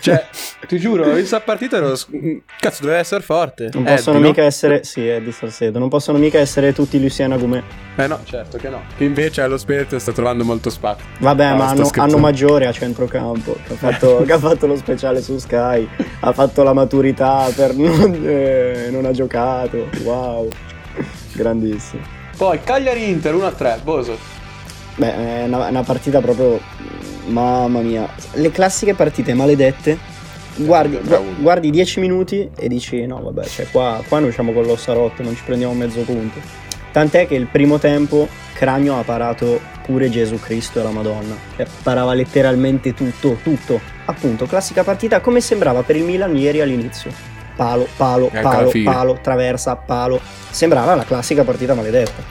Speaker 1: Cioè, ti giuro, ho visto la partita e ero... s- mm, Cazzo, doveva essere forte.
Speaker 2: Non
Speaker 1: Eddie,
Speaker 2: possono
Speaker 1: no?
Speaker 2: mica essere. Sì, è di Salcedo. Non possono mica essere tutti Luciana Gumè.
Speaker 1: Eh no, certo che no. Che invece allo Spezia sta trovando molto spazio.
Speaker 2: Vabbè,
Speaker 1: No,
Speaker 2: ma
Speaker 1: sto
Speaker 2: hanno,
Speaker 1: scherzando.
Speaker 2: hanno maggiore a centrocampo. Che ha, fatto, che ha fatto lo speciale su Sky. Ha fatto la maturità per non, eh, non ha giocato. Wow, grandissimo.
Speaker 1: Poi Cagliari-Inter 1-3, Boso.
Speaker 2: Beh, è una, è una partita proprio. Mamma mia. Le classiche partite maledette. Guardi,
Speaker 1: Bravo.
Speaker 2: gu- guardi 10 minuti e dici: No, vabbè, cioè qua, qua noi usciamo con l'ossa rotto, non ci prendiamo mezzo punto. Tant'è che il primo tempo Cragno ha parato pure Gesù Cristo e la Madonna. Cioè, parava letteralmente tutto, tutto. Appunto, classica partita come sembrava per il Milan ieri all'inizio. Palo, palo,
Speaker 1: Ecco la
Speaker 2: palo,
Speaker 1: fine.
Speaker 2: palo, traversa, palo. Sembrava la classica partita maledetta.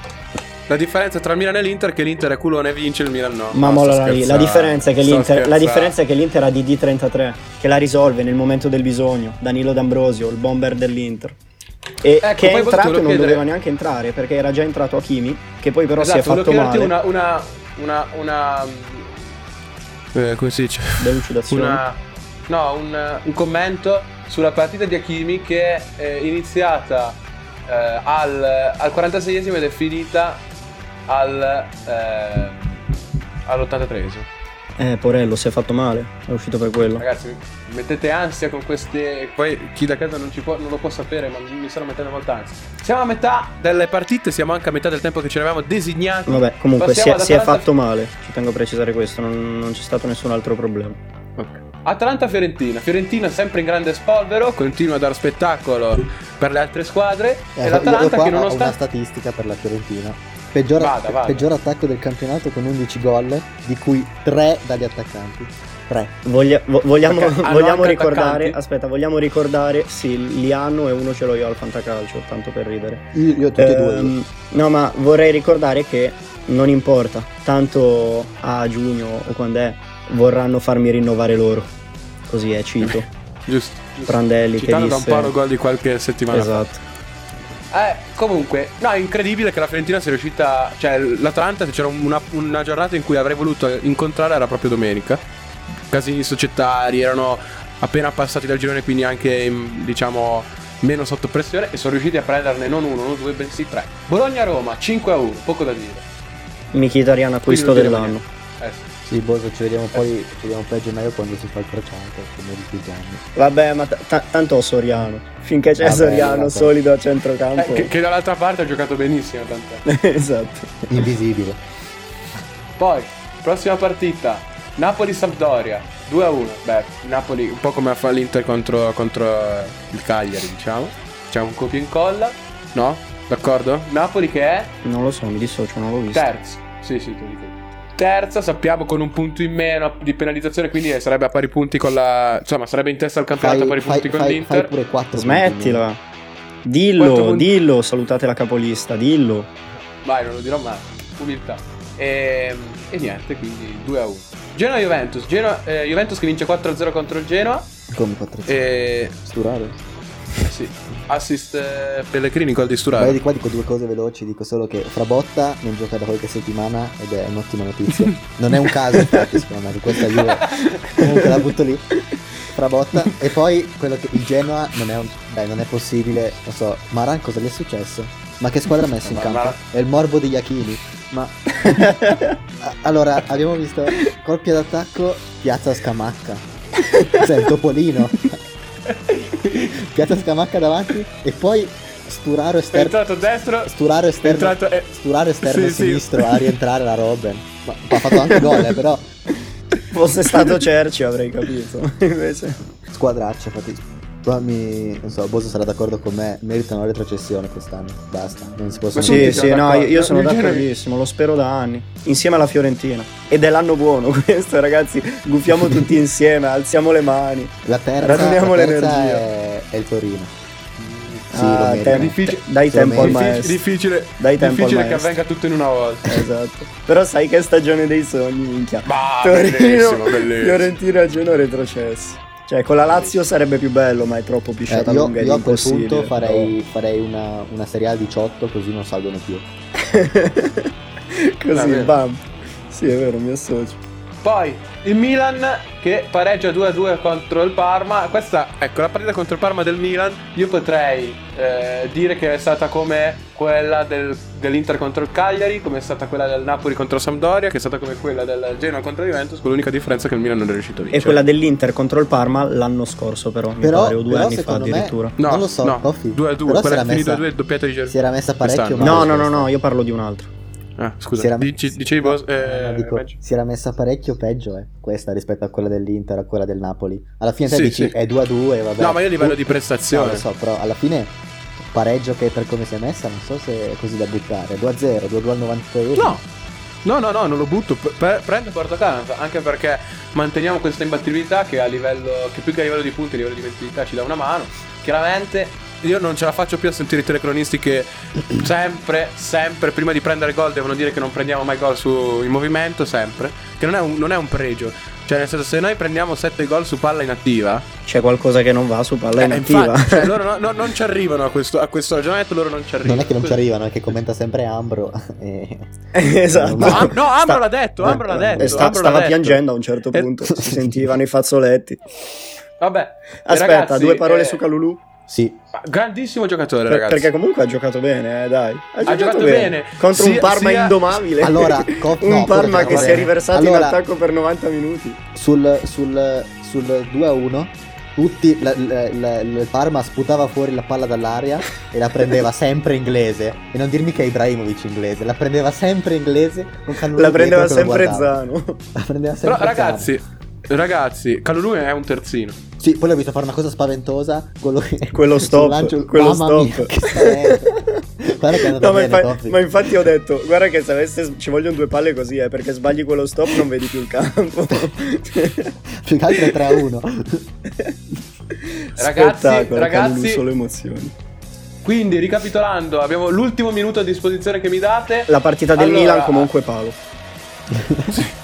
Speaker 1: La differenza tra il Milan e l'Inter è che l'Inter è culone e vince, il Milan no.
Speaker 2: Ma
Speaker 1: No,
Speaker 2: molla
Speaker 1: sto
Speaker 2: la, la
Speaker 1: scherzando.
Speaker 2: differenza è che
Speaker 1: Sto
Speaker 2: l'Inter, la
Speaker 1: scherzando.
Speaker 2: differenza è che l'Inter ha DD33 che la risolve nel momento del bisogno. Danilo D'Ambrosio, il bomber dell'Inter. E
Speaker 1: Ecco,
Speaker 2: che è
Speaker 1: poi volevo-
Speaker 2: entrato e non
Speaker 1: volevo chiedere-
Speaker 2: doveva neanche entrare perché era già entrato Hakimi, che poi però si è
Speaker 1: Esatto, volevo
Speaker 2: fatto
Speaker 1: chiederti
Speaker 2: male.
Speaker 1: una, una, una, una eh, come si dice?
Speaker 2: Delucidazione.
Speaker 1: Una, no, un, un commento sulla partita di Hakimi che è iniziata eh, al, al 46esimo ed è finita al, eh, all'83esimo.
Speaker 2: Eh, Porello si è fatto male, è uscito per quello.
Speaker 1: Ragazzi, mettete ansia con queste. Poi chi da casa non, ci può, non lo può sapere, ma mi stanno mettendo molta ansia. Siamo a metà delle partite, siamo anche a metà del tempo che ce ne avevamo designati.
Speaker 2: Vabbè, comunque si
Speaker 1: Passiamo
Speaker 2: è,
Speaker 1: ad
Speaker 2: si è
Speaker 1: Atalanta-
Speaker 2: fatto male, ci tengo a precisare questo, non, non c'è stato nessun altro problema.
Speaker 1: Atalanta-Fiorentina. Fiorentina sempre in grande spolvero, continua a dar spettacolo per le altre squadre.
Speaker 2: Esatto,
Speaker 4: Eh,
Speaker 1: e
Speaker 4: io- io
Speaker 1: l'Atalanta
Speaker 4: qua
Speaker 1: che
Speaker 4: ho una
Speaker 1: nonostante.
Speaker 4: statistica per la Fiorentina. Peggior,
Speaker 1: Vada, vada.
Speaker 4: peggior attacco del campionato con 11 gol, di cui 3 dagli attaccanti. 3.
Speaker 2: Voglia- vo- vogliamo
Speaker 1: Perché
Speaker 2: *laughs*
Speaker 1: hanno
Speaker 2: vogliamo
Speaker 1: anche
Speaker 2: ricordare,
Speaker 1: attaccanti.
Speaker 2: aspetta, vogliamo ricordare, sì, li hanno e uno ce l'ho io al fantacalcio, tanto per ridere.
Speaker 4: Io, io tutti e due.
Speaker 2: Ehm, No, ma vorrei ricordare che non importa, tanto a giugno o quando è vorranno farmi rinnovare loro. Così è,
Speaker 4: *laughs*
Speaker 2: cito.
Speaker 1: Giusto. giusto.
Speaker 2: Prandelli che
Speaker 1: Citando da un
Speaker 2: disse
Speaker 1: paro gol di qualche settimana fa.
Speaker 2: Esatto.
Speaker 1: Eh, comunque, no, è incredibile che la Fiorentina sia riuscita. Cioè, l'Atalanta c'era una, una giornata in cui avrei voluto incontrare, era proprio domenica. Casini societari erano appena passati dal girone, quindi anche mm, diciamo meno sotto pressione. E sono riusciti a prenderne non uno, non due, bensì tre. Bologna-Roma 5 a 1, poco da dire.
Speaker 2: Mkhitaryan acquisto
Speaker 1: Quindi non diremo
Speaker 2: dell'anno.
Speaker 1: niente. Eh, sì.
Speaker 4: Sì, Boso, ci vediamo poi, ci vediamo poi a gennaio quando si fa il crociato, come di tutti gli anni.
Speaker 2: Vabbè, ma ta- ta- tanto ho Soriano. Finché c'è
Speaker 4: Vabbè,
Speaker 2: Soriano
Speaker 4: vabbè.
Speaker 2: solido a
Speaker 1: Eh,
Speaker 2: centrocampo.
Speaker 1: che, che dall'altra parte ha giocato benissimo. Tant'è.
Speaker 2: *laughs* esatto.
Speaker 4: Invisibile.
Speaker 1: Poi, prossima partita, Napoli-Sampdoria 2 a 1. Beh, Napoli un po' come fa l'Inter contro, contro eh, il Cagliari, diciamo. C'è un copia e incolla, no? D'accordo? Napoli che è
Speaker 2: Non lo so, mi dissocio, non l'ho visto.
Speaker 4: Certo,
Speaker 1: terza. Sì, sì, te lo dico. Terza, sappiamo con un punto in meno di penalizzazione, quindi eh, sarebbe a pari punti con la. Insomma, sarebbe in testa al campionato a pari punti con
Speaker 4: fai,
Speaker 1: l'Inter.
Speaker 4: fai pure 4
Speaker 2: Smettila.
Speaker 1: Quattro
Speaker 2: Dillo,
Speaker 1: punti.
Speaker 2: dillo, salutate la capolista, dillo.
Speaker 1: Vai, non lo dirò mai. Umiltà. E, e niente, quindi 2 a 1. Genoa Juventus. Genoa, eh, Juventus che vince 4-0 contro il Genoa.
Speaker 4: Come 4
Speaker 1: Eh. E
Speaker 4: Sturare.
Speaker 1: sì, assist eh, Pellegrini col di
Speaker 4: Ma io
Speaker 1: Sturaro.
Speaker 4: di qua dico due cose veloci, dico solo che Frabotta non gioca da qualche settimana ed è un'ottima notizia. Non è un caso infatti, secondo me, di
Speaker 2: *laughs*
Speaker 4: questa Juve. Comunque la butto lì. Frabotta. E poi quello che il Genoa non è un- Dai, non è possibile. Non so, Maran cosa gli è successo? Ma che squadra ha messo in
Speaker 1: Ma-
Speaker 4: campo?
Speaker 1: Maran-
Speaker 4: È il morbo degli Achini.
Speaker 1: *laughs*
Speaker 3: Ma
Speaker 4: A- Allora, abbiamo visto colpi d'attacco, piazza Scamacca. Cioè, il
Speaker 1: *laughs*
Speaker 4: topolino. piazza Scamacca davanti e poi Sturaro
Speaker 1: È
Speaker 4: esterno.
Speaker 1: entrato destro.
Speaker 4: Sturaro esterno.
Speaker 1: entrato, eh,
Speaker 4: Sturaro esterno
Speaker 1: sì, sì.
Speaker 4: sinistro
Speaker 1: *laughs*
Speaker 4: a rientrare la Robben. Ma, ma ha fatto anche gol, eh, però.
Speaker 2: Fosse stato Cerci avrei
Speaker 4: *laughs*
Speaker 2: capito. Invece.
Speaker 4: Squadraccia, infatti. Qua mi. Non so, Boso sarà d'accordo con me. Merita una retrocessione quest'anno. Basta. Non si possono
Speaker 1: Tutti
Speaker 2: Sì,
Speaker 4: dire.
Speaker 1: sono
Speaker 2: sì, no,
Speaker 1: d'accordo.
Speaker 2: io, io sono
Speaker 1: Nel genere-
Speaker 2: d'accordissimo, lo spero da anni. Insieme alla Fiorentina. Ed è l'anno buono *laughs* questo, ragazzi. Gufiamo tutti insieme, alziamo le mani.
Speaker 4: La terza,
Speaker 2: Raduniamo
Speaker 4: la terza
Speaker 2: l'energia.
Speaker 4: è, è il Torino. Sì,
Speaker 2: Ah,
Speaker 4: lo merita.
Speaker 2: tempo-
Speaker 1: Difficile-
Speaker 2: te- dai
Speaker 4: Sì,
Speaker 2: tempo al
Speaker 4: merita.
Speaker 1: difficile,
Speaker 2: maestro.
Speaker 1: difficile,
Speaker 2: Dai tempo al
Speaker 1: difficile che
Speaker 2: maestro.
Speaker 1: avvenga tutto in una volta.
Speaker 4: Eh,
Speaker 2: Esatto. Però sai che è stagione dei sogni, minchia.
Speaker 1: Bah,
Speaker 2: Torino,
Speaker 1: bellissimo, bellissimo.
Speaker 2: Fiorentina, Genoa retrocessi. Cioè, con la Lazio sarebbe più bello, ma è troppo
Speaker 4: Eh,
Speaker 2: pisciata
Speaker 4: io,
Speaker 2: lunga ed
Speaker 4: io a quel
Speaker 2: impossibile.
Speaker 4: punto farei, farei una, una serie A 18 così non salgono più.
Speaker 1: Va
Speaker 2: *laughs* Così,
Speaker 1: bene.
Speaker 2: bam. Sì, è vero, mi associo.
Speaker 1: Poi il Milan che pareggia 2-2 contro il Parma. Questa, ecco, la partita contro il Parma del Milan. Io potrei eh, dire che è stata come quella del- dell'Inter contro il Cagliari, come è stata quella del Napoli contro la Sampdoria, che è stata come quella del Genoa contro la Juventus, con l'unica differenza che il Milan non è riuscito a
Speaker 2: E
Speaker 1: vincere.
Speaker 2: quella dell'Inter contro il Parma l'anno scorso, però, mi
Speaker 4: Però,
Speaker 2: pare, o due
Speaker 4: però
Speaker 2: anni fa
Speaker 4: secondo me-
Speaker 2: addirittura.
Speaker 1: No,
Speaker 4: non lo so,
Speaker 1: no,
Speaker 4: Roffi,
Speaker 1: 2-2,
Speaker 4: però
Speaker 1: quella
Speaker 4: si era
Speaker 1: che finì
Speaker 4: messa-
Speaker 1: 2-2, doppiata di Ger-
Speaker 4: Si era messa parecchio
Speaker 1: quest'anno.
Speaker 4: male.
Speaker 2: No, no, no,
Speaker 4: questa.
Speaker 2: no, io parlo di un altro.
Speaker 1: Ah,
Speaker 4: Si
Speaker 1: scusa,
Speaker 4: era-
Speaker 1: dici, dicevi Bos-
Speaker 4: No,
Speaker 1: eh,
Speaker 4: dico,
Speaker 1: Maggi?
Speaker 4: si era messa parecchio peggio eh, questa rispetto a quella dell'Inter, a quella del Napoli. Alla fine te
Speaker 1: Sì,
Speaker 4: dici
Speaker 1: sì.
Speaker 4: è 2 a 2, vabbè.
Speaker 1: No, ma io a livello
Speaker 4: Uh,
Speaker 1: di prestazione.
Speaker 4: No, lo so, però alla fine pareggio che per come si è messa, non so se è così da buttare. 2 a 0, 2 gol al 91.
Speaker 1: No, no, no, no, non lo butto. P- pre- prendo e porto a casa. Anche perché manteniamo questa imbattibilità che a livello. che più che a livello di punti, a livello di mentilità ci dà una mano. Chiaramente. Io non ce la faccio più a sentire i telecronisti che sempre, sempre, prima di prendere gol devono dire che non prendiamo mai gol su, in movimento, sempre. Che non è, un, non è un pregio. Cioè, nel senso, se noi prendiamo 7 gol su palla inattiva,
Speaker 2: C'è qualcosa che non va su palla
Speaker 1: eh,
Speaker 2: inattiva.
Speaker 1: infatti, cioè, loro no- no- non ci arrivano a questo, a questo ragionamento, loro non ci arrivano.
Speaker 4: Non è che non ci
Speaker 1: Questo-
Speaker 4: arrivano, è che commenta sempre Ambro. *laughs* e-
Speaker 2: *laughs* esatto.
Speaker 1: No, Am- Ah, no, Ambro
Speaker 2: Sta-
Speaker 1: l'ha detto, Ambro l'ha detto.
Speaker 2: Eh, sta-
Speaker 1: Ambro l'ha
Speaker 2: stava
Speaker 1: detto.
Speaker 2: piangendo a un certo
Speaker 1: Eh,
Speaker 2: punto, si sentivano i fazzoletti.
Speaker 1: Vabbè,
Speaker 2: Aspetta,
Speaker 1: ragazzi,
Speaker 2: due parole
Speaker 1: eh,
Speaker 2: su Calulù.
Speaker 4: Sì,
Speaker 1: Grandissimo giocatore,
Speaker 2: Per-
Speaker 1: ragazzi.
Speaker 2: perché comunque ha giocato bene, eh, dai. Ha giocato,
Speaker 1: giocato
Speaker 2: bene.
Speaker 1: bene.
Speaker 2: Contro un
Speaker 1: Sia-
Speaker 2: Parma
Speaker 1: sia-
Speaker 2: indomabile. *laughs*
Speaker 4: Allora, co-
Speaker 2: un
Speaker 4: no, pure
Speaker 2: Parma
Speaker 4: perché
Speaker 2: che
Speaker 4: va
Speaker 2: si è
Speaker 4: bene.
Speaker 2: riversato in
Speaker 4: Allora-
Speaker 2: attacco per 90 minuti.
Speaker 4: sul, sul, sul 2 a 1 tutti la- la- la- il Parma sputava fuori la palla dall'aria e
Speaker 2: *laughs*
Speaker 4: la prendeva sempre inglese e non dirmi che è Ibrahimovic inglese la prendeva sempre inglese con Calulu
Speaker 2: La prendeva
Speaker 4: dietro che lo
Speaker 2: sempre
Speaker 4: guardava.
Speaker 2: Zano.
Speaker 4: la prendeva
Speaker 1: Però,
Speaker 4: sempre
Speaker 1: ragazzi, ragazzi, Calulu è un terzino.
Speaker 4: Zano. sì poi l'ho visto fare una cosa spaventosa quello, che-
Speaker 2: Quello
Speaker 4: *laughs* sul
Speaker 2: stop, quello
Speaker 4: mamma
Speaker 2: stop.
Speaker 4: mia, che spavento. guarda che è andata
Speaker 2: No, ma,
Speaker 4: bene
Speaker 2: infa-
Speaker 4: Toffi.
Speaker 2: ma infatti ho detto, guarda che se avesse- ci vogliono due palle così, eh, perché sbagli quello stop non vedi più il campo.
Speaker 4: più che altro è 3 a
Speaker 2: *laughs*
Speaker 4: 1
Speaker 1: Ragazzi,
Speaker 2: Spettacolo,
Speaker 1: ragazzi.
Speaker 2: Calulu, solo emozioni.
Speaker 1: Quindi, ricapitolando, abbiamo l'ultimo minuto a disposizione che mi date.
Speaker 2: La partita del
Speaker 1: Allora-
Speaker 2: Milan comunque palo.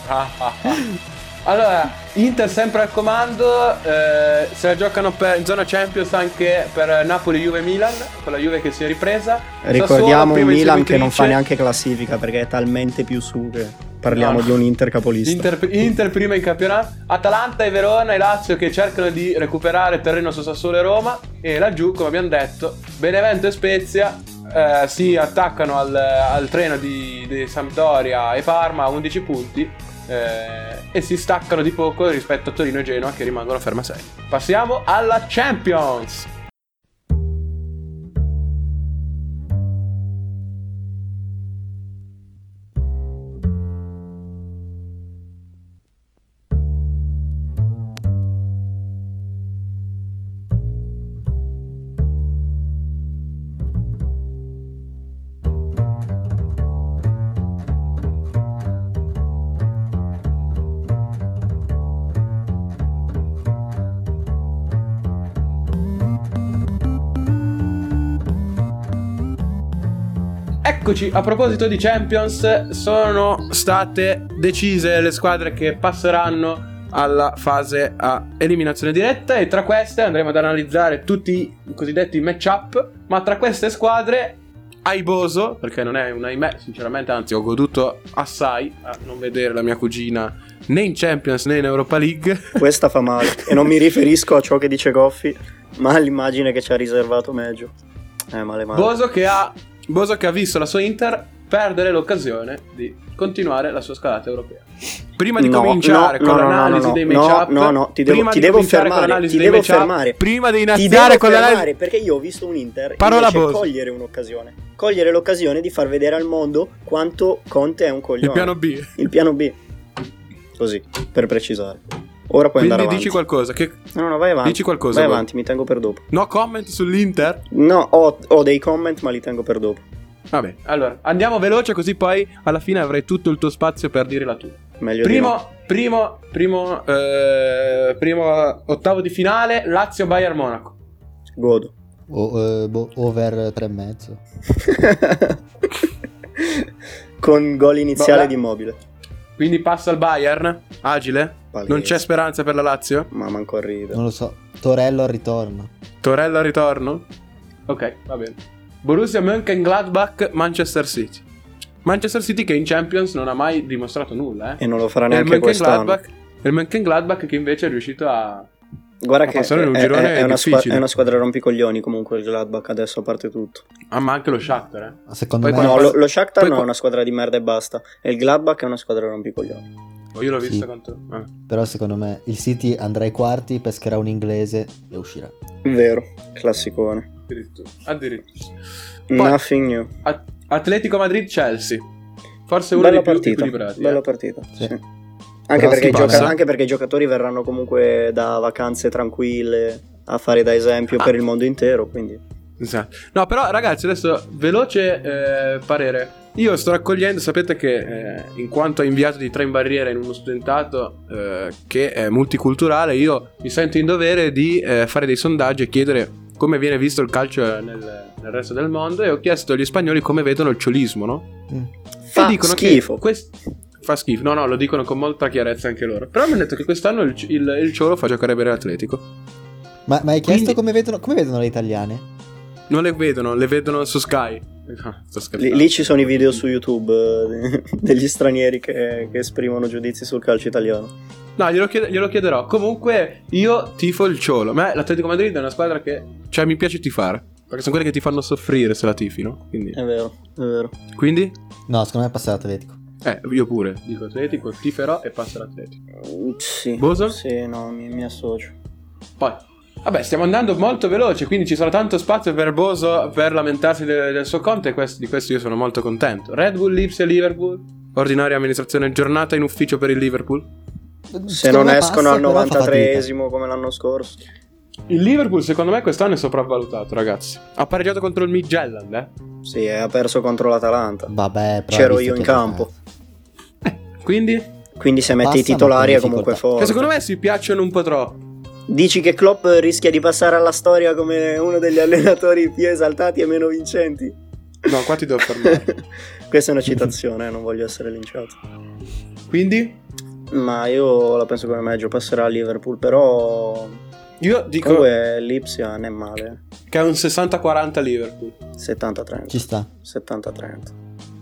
Speaker 1: Ah, ah, ah. Allora, Inter sempre al comando, eh, se la giocano per, in zona Champions anche per Napoli, Juve, Milan, con la Juve che si è ripresa. Sassuolo,
Speaker 2: Ricordiamo un
Speaker 1: prima
Speaker 2: Milan che non fa
Speaker 1: inseguitrice.
Speaker 2: neanche classifica perché è talmente più su che parliamo
Speaker 1: No, no.
Speaker 2: di un Inter capolista.
Speaker 1: Inter, Inter prima in campionato, Atalanta e Verona e Lazio che cercano di recuperare terreno su Sassuolo e Roma e laggiù, come abbiamo detto, Benevento e Spezia eh, si attaccano al, al treno di, di Sampdoria e Parma a 11 punti eh, e si staccano di poco rispetto a Torino e Genoa che rimangono ferma 6. Passiamo alla Champions. Eccoci, a proposito di Champions, sono state decise le squadre che passeranno alla fase a eliminazione diretta e tra queste andremo ad analizzare tutti i cosiddetti match-up, ma tra queste squadre Aiboso, perché non è un ahimè, sinceramente, anzi ho goduto assai a non vedere la mia cugina né in Champions né in Europa League.
Speaker 2: Questa fa male e non mi riferisco a ciò che dice Goffi, ma all'immagine che ci ha riservato Meggio. Eh, male male.
Speaker 1: Boso che ha Boso che ha visto la sua Inter perdere l'occasione di continuare la sua scalata europea. Prima di
Speaker 2: No,
Speaker 1: cominciare
Speaker 2: no,
Speaker 1: con
Speaker 2: no, no,
Speaker 1: l'analisi
Speaker 2: no, no,
Speaker 1: dei
Speaker 2: no,
Speaker 1: matchup,
Speaker 2: no, no, ti devo-
Speaker 1: prima
Speaker 2: ti
Speaker 1: di
Speaker 2: devo
Speaker 1: cominciare con
Speaker 2: fermare,
Speaker 1: l'analisi
Speaker 2: ti
Speaker 1: dei
Speaker 2: devo
Speaker 1: matchup,
Speaker 2: fermare.
Speaker 1: prima di
Speaker 2: Ti
Speaker 1: iniziare
Speaker 2: devo
Speaker 1: con l'analisi
Speaker 2: fermare perché io ho visto un Inter
Speaker 1: Parola
Speaker 2: invece
Speaker 1: Bosa.
Speaker 2: cogliere un'occasione, cogliere l'occasione di far vedere al mondo quanto Conte è un coglione.
Speaker 1: il piano B.
Speaker 2: Il piano B. Così, per precisare. Ora puoi andare
Speaker 1: Quindi
Speaker 2: avanti.
Speaker 1: dici qualcosa che
Speaker 2: No, no, vai avanti.
Speaker 1: dici qualcosa,
Speaker 2: Vai
Speaker 1: Bob.
Speaker 2: avanti, mi tengo per dopo.
Speaker 1: no comment sull'Inter?
Speaker 2: No, ho, ho dei comment, ma li tengo per dopo.
Speaker 1: Vabbè, allora andiamo veloce così poi alla fine avrai tutto il tuo spazio per dire la tua.
Speaker 2: Meglio di no.
Speaker 1: Primo, primo, primo, eh, primo ottavo di finale Lazio Bayern Monaco.
Speaker 2: Godo. *laughs*
Speaker 5: O- eh, boh, over 3,5.
Speaker 2: Con gol iniziale
Speaker 1: Vabbè.
Speaker 2: di Immobile.
Speaker 1: Quindi passa al Bayern, agile.
Speaker 2: Palese.
Speaker 1: Non c'è speranza per la Lazio.
Speaker 2: Ma manco arriva.
Speaker 5: Non lo so. Torello al ritorno.
Speaker 1: Torella al ritorno. Ok, va bene. Borussia Mönchengladbach, Manchester City. Manchester City che in Champions non ha mai dimostrato nulla, eh.
Speaker 2: E non lo farà
Speaker 1: E il
Speaker 2: neanche quest'anno.
Speaker 1: Mönchengladbach, e il Mönchengladbach che invece è riuscito a
Speaker 2: Guarda
Speaker 1: Ma
Speaker 2: che
Speaker 1: passare in un
Speaker 2: è,
Speaker 1: girone
Speaker 2: è-
Speaker 1: è
Speaker 2: è una
Speaker 1: difficile.
Speaker 2: squa- è una squadra rompicoglioni comunque il Gladbach adesso a parte tutto.
Speaker 1: Ah, ma anche lo Shakhtar, eh.
Speaker 5: Secondo
Speaker 1: Poi
Speaker 5: me.
Speaker 1: quando-
Speaker 2: No, lo, lo Shakhtar
Speaker 1: poi
Speaker 2: no,
Speaker 1: qua-
Speaker 2: è una squadra di merda e basta. E il Gladbach è una squadra rompicoglioni.
Speaker 1: Oh, Io l'ho
Speaker 5: Sì.
Speaker 1: visto contro... ah.
Speaker 5: Però secondo me il City andrà ai quarti, pescherà un inglese e uscirà.
Speaker 2: Vero, classicone.
Speaker 1: Addirittura. addirittura. Poi,
Speaker 2: Nothing new.
Speaker 1: A- Atletico Madrid-Chelsea. Forse uno
Speaker 2: Bella
Speaker 1: dei più
Speaker 2: partita.
Speaker 1: equilibrati.
Speaker 2: Bella
Speaker 1: eh.
Speaker 2: partita.
Speaker 5: Sì.
Speaker 2: sì. Anche,
Speaker 5: Però
Speaker 2: perché
Speaker 5: si
Speaker 2: i gioca-
Speaker 5: passa.
Speaker 2: anche perché i giocatori verranno comunque da vacanze tranquille a fare da
Speaker 1: Ah.
Speaker 2: esempio per il mondo intero. Quindi
Speaker 1: Esatto. No, però ragazzi, adesso veloce eh, parere. Io sto raccogliendo, sapete che eh, in quanto inviato di tre in barriera in uno studentato eh, che è multiculturale, io mi sento in dovere di eh, fare dei sondaggi e chiedere come viene visto il calcio nel, nel resto del mondo e ho chiesto agli spagnoli come vedono il ciolismo, no?
Speaker 2: fa
Speaker 1: e dicono
Speaker 2: schifo.
Speaker 1: Che quest- fa schifo, no, no, lo dicono con molta chiarezza anche loro. Però mi hanno detto che quest'anno il, il, il Ciolo fa giocare bene l'Atletico.
Speaker 5: Ma, ma hai chiesto
Speaker 1: Quindi-
Speaker 5: come, vedono, come vedono le italiane?
Speaker 1: Non le vedono, le vedono su Sky. Ah, Sto scherzando.
Speaker 2: Lì, lì ci sono i video su YouTube eh, *laughs* degli stranieri che, che esprimono giudizi sul calcio italiano.
Speaker 1: No, glielo, chied- glielo chiederò. Comunque, io tifo il Ciolo. Ma l'Atletico Madrid è una squadra che. Cioè, mi piace tifare. Perché sono quelle che ti fanno soffrire se la tifi, no? Quindi.
Speaker 2: È vero, è vero.
Speaker 1: Quindi?
Speaker 5: No, secondo me passa l'Atletico.
Speaker 1: Eh, io pure. Dico Atletico, tiferò e passo l'Atletico.
Speaker 2: Mm, Sì.
Speaker 1: Bosa?
Speaker 2: Sì, no, mi, mi associo.
Speaker 1: Poi. Vabbè, stiamo andando molto veloce, quindi ci sarà tanto spazio per Boso per lamentarsi de- del suo conto e questo- di questo io sono molto contento. Red Bull, Lips e Liverpool. Ordinaria amministrazione, giornata in ufficio per il Liverpool.
Speaker 2: Se
Speaker 5: Secondo
Speaker 2: non
Speaker 5: me
Speaker 2: escono
Speaker 5: passa,
Speaker 2: al
Speaker 5: però fa fatica.
Speaker 2: 93esimo come l'anno scorso.
Speaker 1: Il Liverpool secondo me quest'anno è sopravvalutato, ragazzi. Ha pareggiato contro il Midgelland, eh. *laughs*
Speaker 2: Sì, eh, ha perso contro l'Atalanta.
Speaker 5: Vabbè, però
Speaker 2: C'ero
Speaker 5: hai visto
Speaker 2: io in
Speaker 5: chi ha
Speaker 2: campo.
Speaker 5: giocato.
Speaker 1: Quindi?
Speaker 2: Quindi se metti
Speaker 5: Passa,
Speaker 2: i titolari
Speaker 5: ma
Speaker 2: è
Speaker 5: con
Speaker 2: comunque
Speaker 1: Che
Speaker 2: forte.
Speaker 1: secondo me si piacciono un po' troppo.
Speaker 2: Dici che Klopp rischia di passare alla storia come uno degli allenatori più esaltati e meno vincenti?
Speaker 1: No, qua ti devo fermare.
Speaker 2: *laughs* Questa è una citazione, eh, non voglio essere linciato.
Speaker 1: *laughs* Quindi,
Speaker 2: Ma io la penso come Meggio passerà a Liverpool, però
Speaker 1: io dico
Speaker 2: comunque l'Ipsia non è male.
Speaker 1: che è un 60-40 Liverpool.
Speaker 2: 70-30.
Speaker 5: Ci sta.
Speaker 2: 70-30.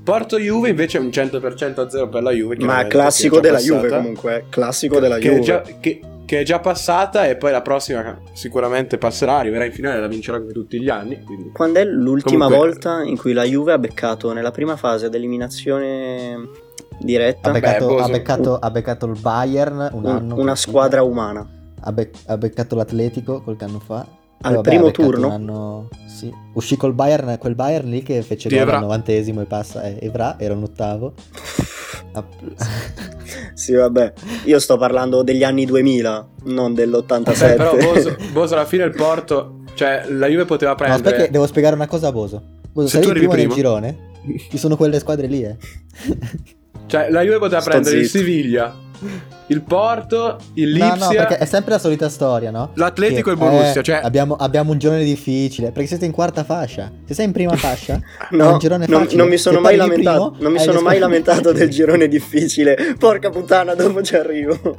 Speaker 1: Porto Juve invece è un 100% a 0 per la Juve.
Speaker 2: Ma
Speaker 1: chiaramente, che
Speaker 2: classico
Speaker 1: è già
Speaker 2: della Juve
Speaker 1: passata.
Speaker 2: comunque, eh. classico della
Speaker 1: che
Speaker 2: Juve.
Speaker 1: È già, che, che è già passata e poi la prossima sicuramente passerà, arriverà in finale e la vincerà come tutti gli anni. Quindi.
Speaker 2: Quando è l'ultima
Speaker 1: Comunque-
Speaker 2: volta in cui la Juve ha beccato nella prima fase d'eliminazione diretta
Speaker 5: Ha beccato,
Speaker 1: Boso.
Speaker 5: ha beccato- ha beccato il Bayern un
Speaker 2: un-
Speaker 5: anno.
Speaker 2: una
Speaker 5: che-
Speaker 2: squadra umana?
Speaker 5: Ha, bec- ha beccato l'Atletico qualche anno fa.
Speaker 2: Al
Speaker 5: Vabbè, ha
Speaker 2: primo
Speaker 5: beccato
Speaker 2: turno?
Speaker 5: un anno- sì. Uscì col Bayern, quel Bayern lì che fece
Speaker 1: Di
Speaker 5: gol
Speaker 1: Evra.
Speaker 5: al novantesimo e passa. eh, Evra era un
Speaker 2: *laughs*
Speaker 5: ottavo. Ah, Ha-
Speaker 2: *laughs* Sì, vabbè, io sto parlando degli anni 2000, non
Speaker 1: Beh, Eh, però
Speaker 2: *laughs* dell'87.
Speaker 1: Boso, Boso alla fine il Porto, cioè la Juve poteva
Speaker 5: No,
Speaker 1: prendere...
Speaker 5: aspetta, che devo spiegare una cosa a Boso. Boso,
Speaker 1: Se
Speaker 5: sei
Speaker 1: tu
Speaker 5: il
Speaker 1: arrivi
Speaker 5: primo nel
Speaker 1: primo.
Speaker 5: girone? Ci sono quelle squadre lì,
Speaker 1: *laughs*
Speaker 5: eh.
Speaker 1: Cioè, la Juve poteva
Speaker 2: Sto
Speaker 1: prendere il
Speaker 2: zitto.
Speaker 1: Siviglia, il Porto, il Lipsia...
Speaker 5: No, no, perché è sempre la solita storia, no? Che,
Speaker 1: L'Atletico e Borussia,
Speaker 5: eh,
Speaker 1: cioè-
Speaker 5: Abbiamo, abbiamo un girone difficile, perché siete in quarta fascia. Se sei in prima
Speaker 1: *laughs*
Speaker 5: fascia, è
Speaker 2: No,
Speaker 5: un girone
Speaker 2: non,
Speaker 5: facile.
Speaker 2: non mi sono
Speaker 5: Se
Speaker 2: mai
Speaker 5: perdi
Speaker 2: lamentato,
Speaker 5: primo,
Speaker 2: non mi
Speaker 5: hai
Speaker 2: sono
Speaker 5: le
Speaker 2: mai
Speaker 5: squadre
Speaker 2: lamentato *laughs* del
Speaker 5: facili.
Speaker 2: girone difficile. Porca puttana, dopo ci arrivo.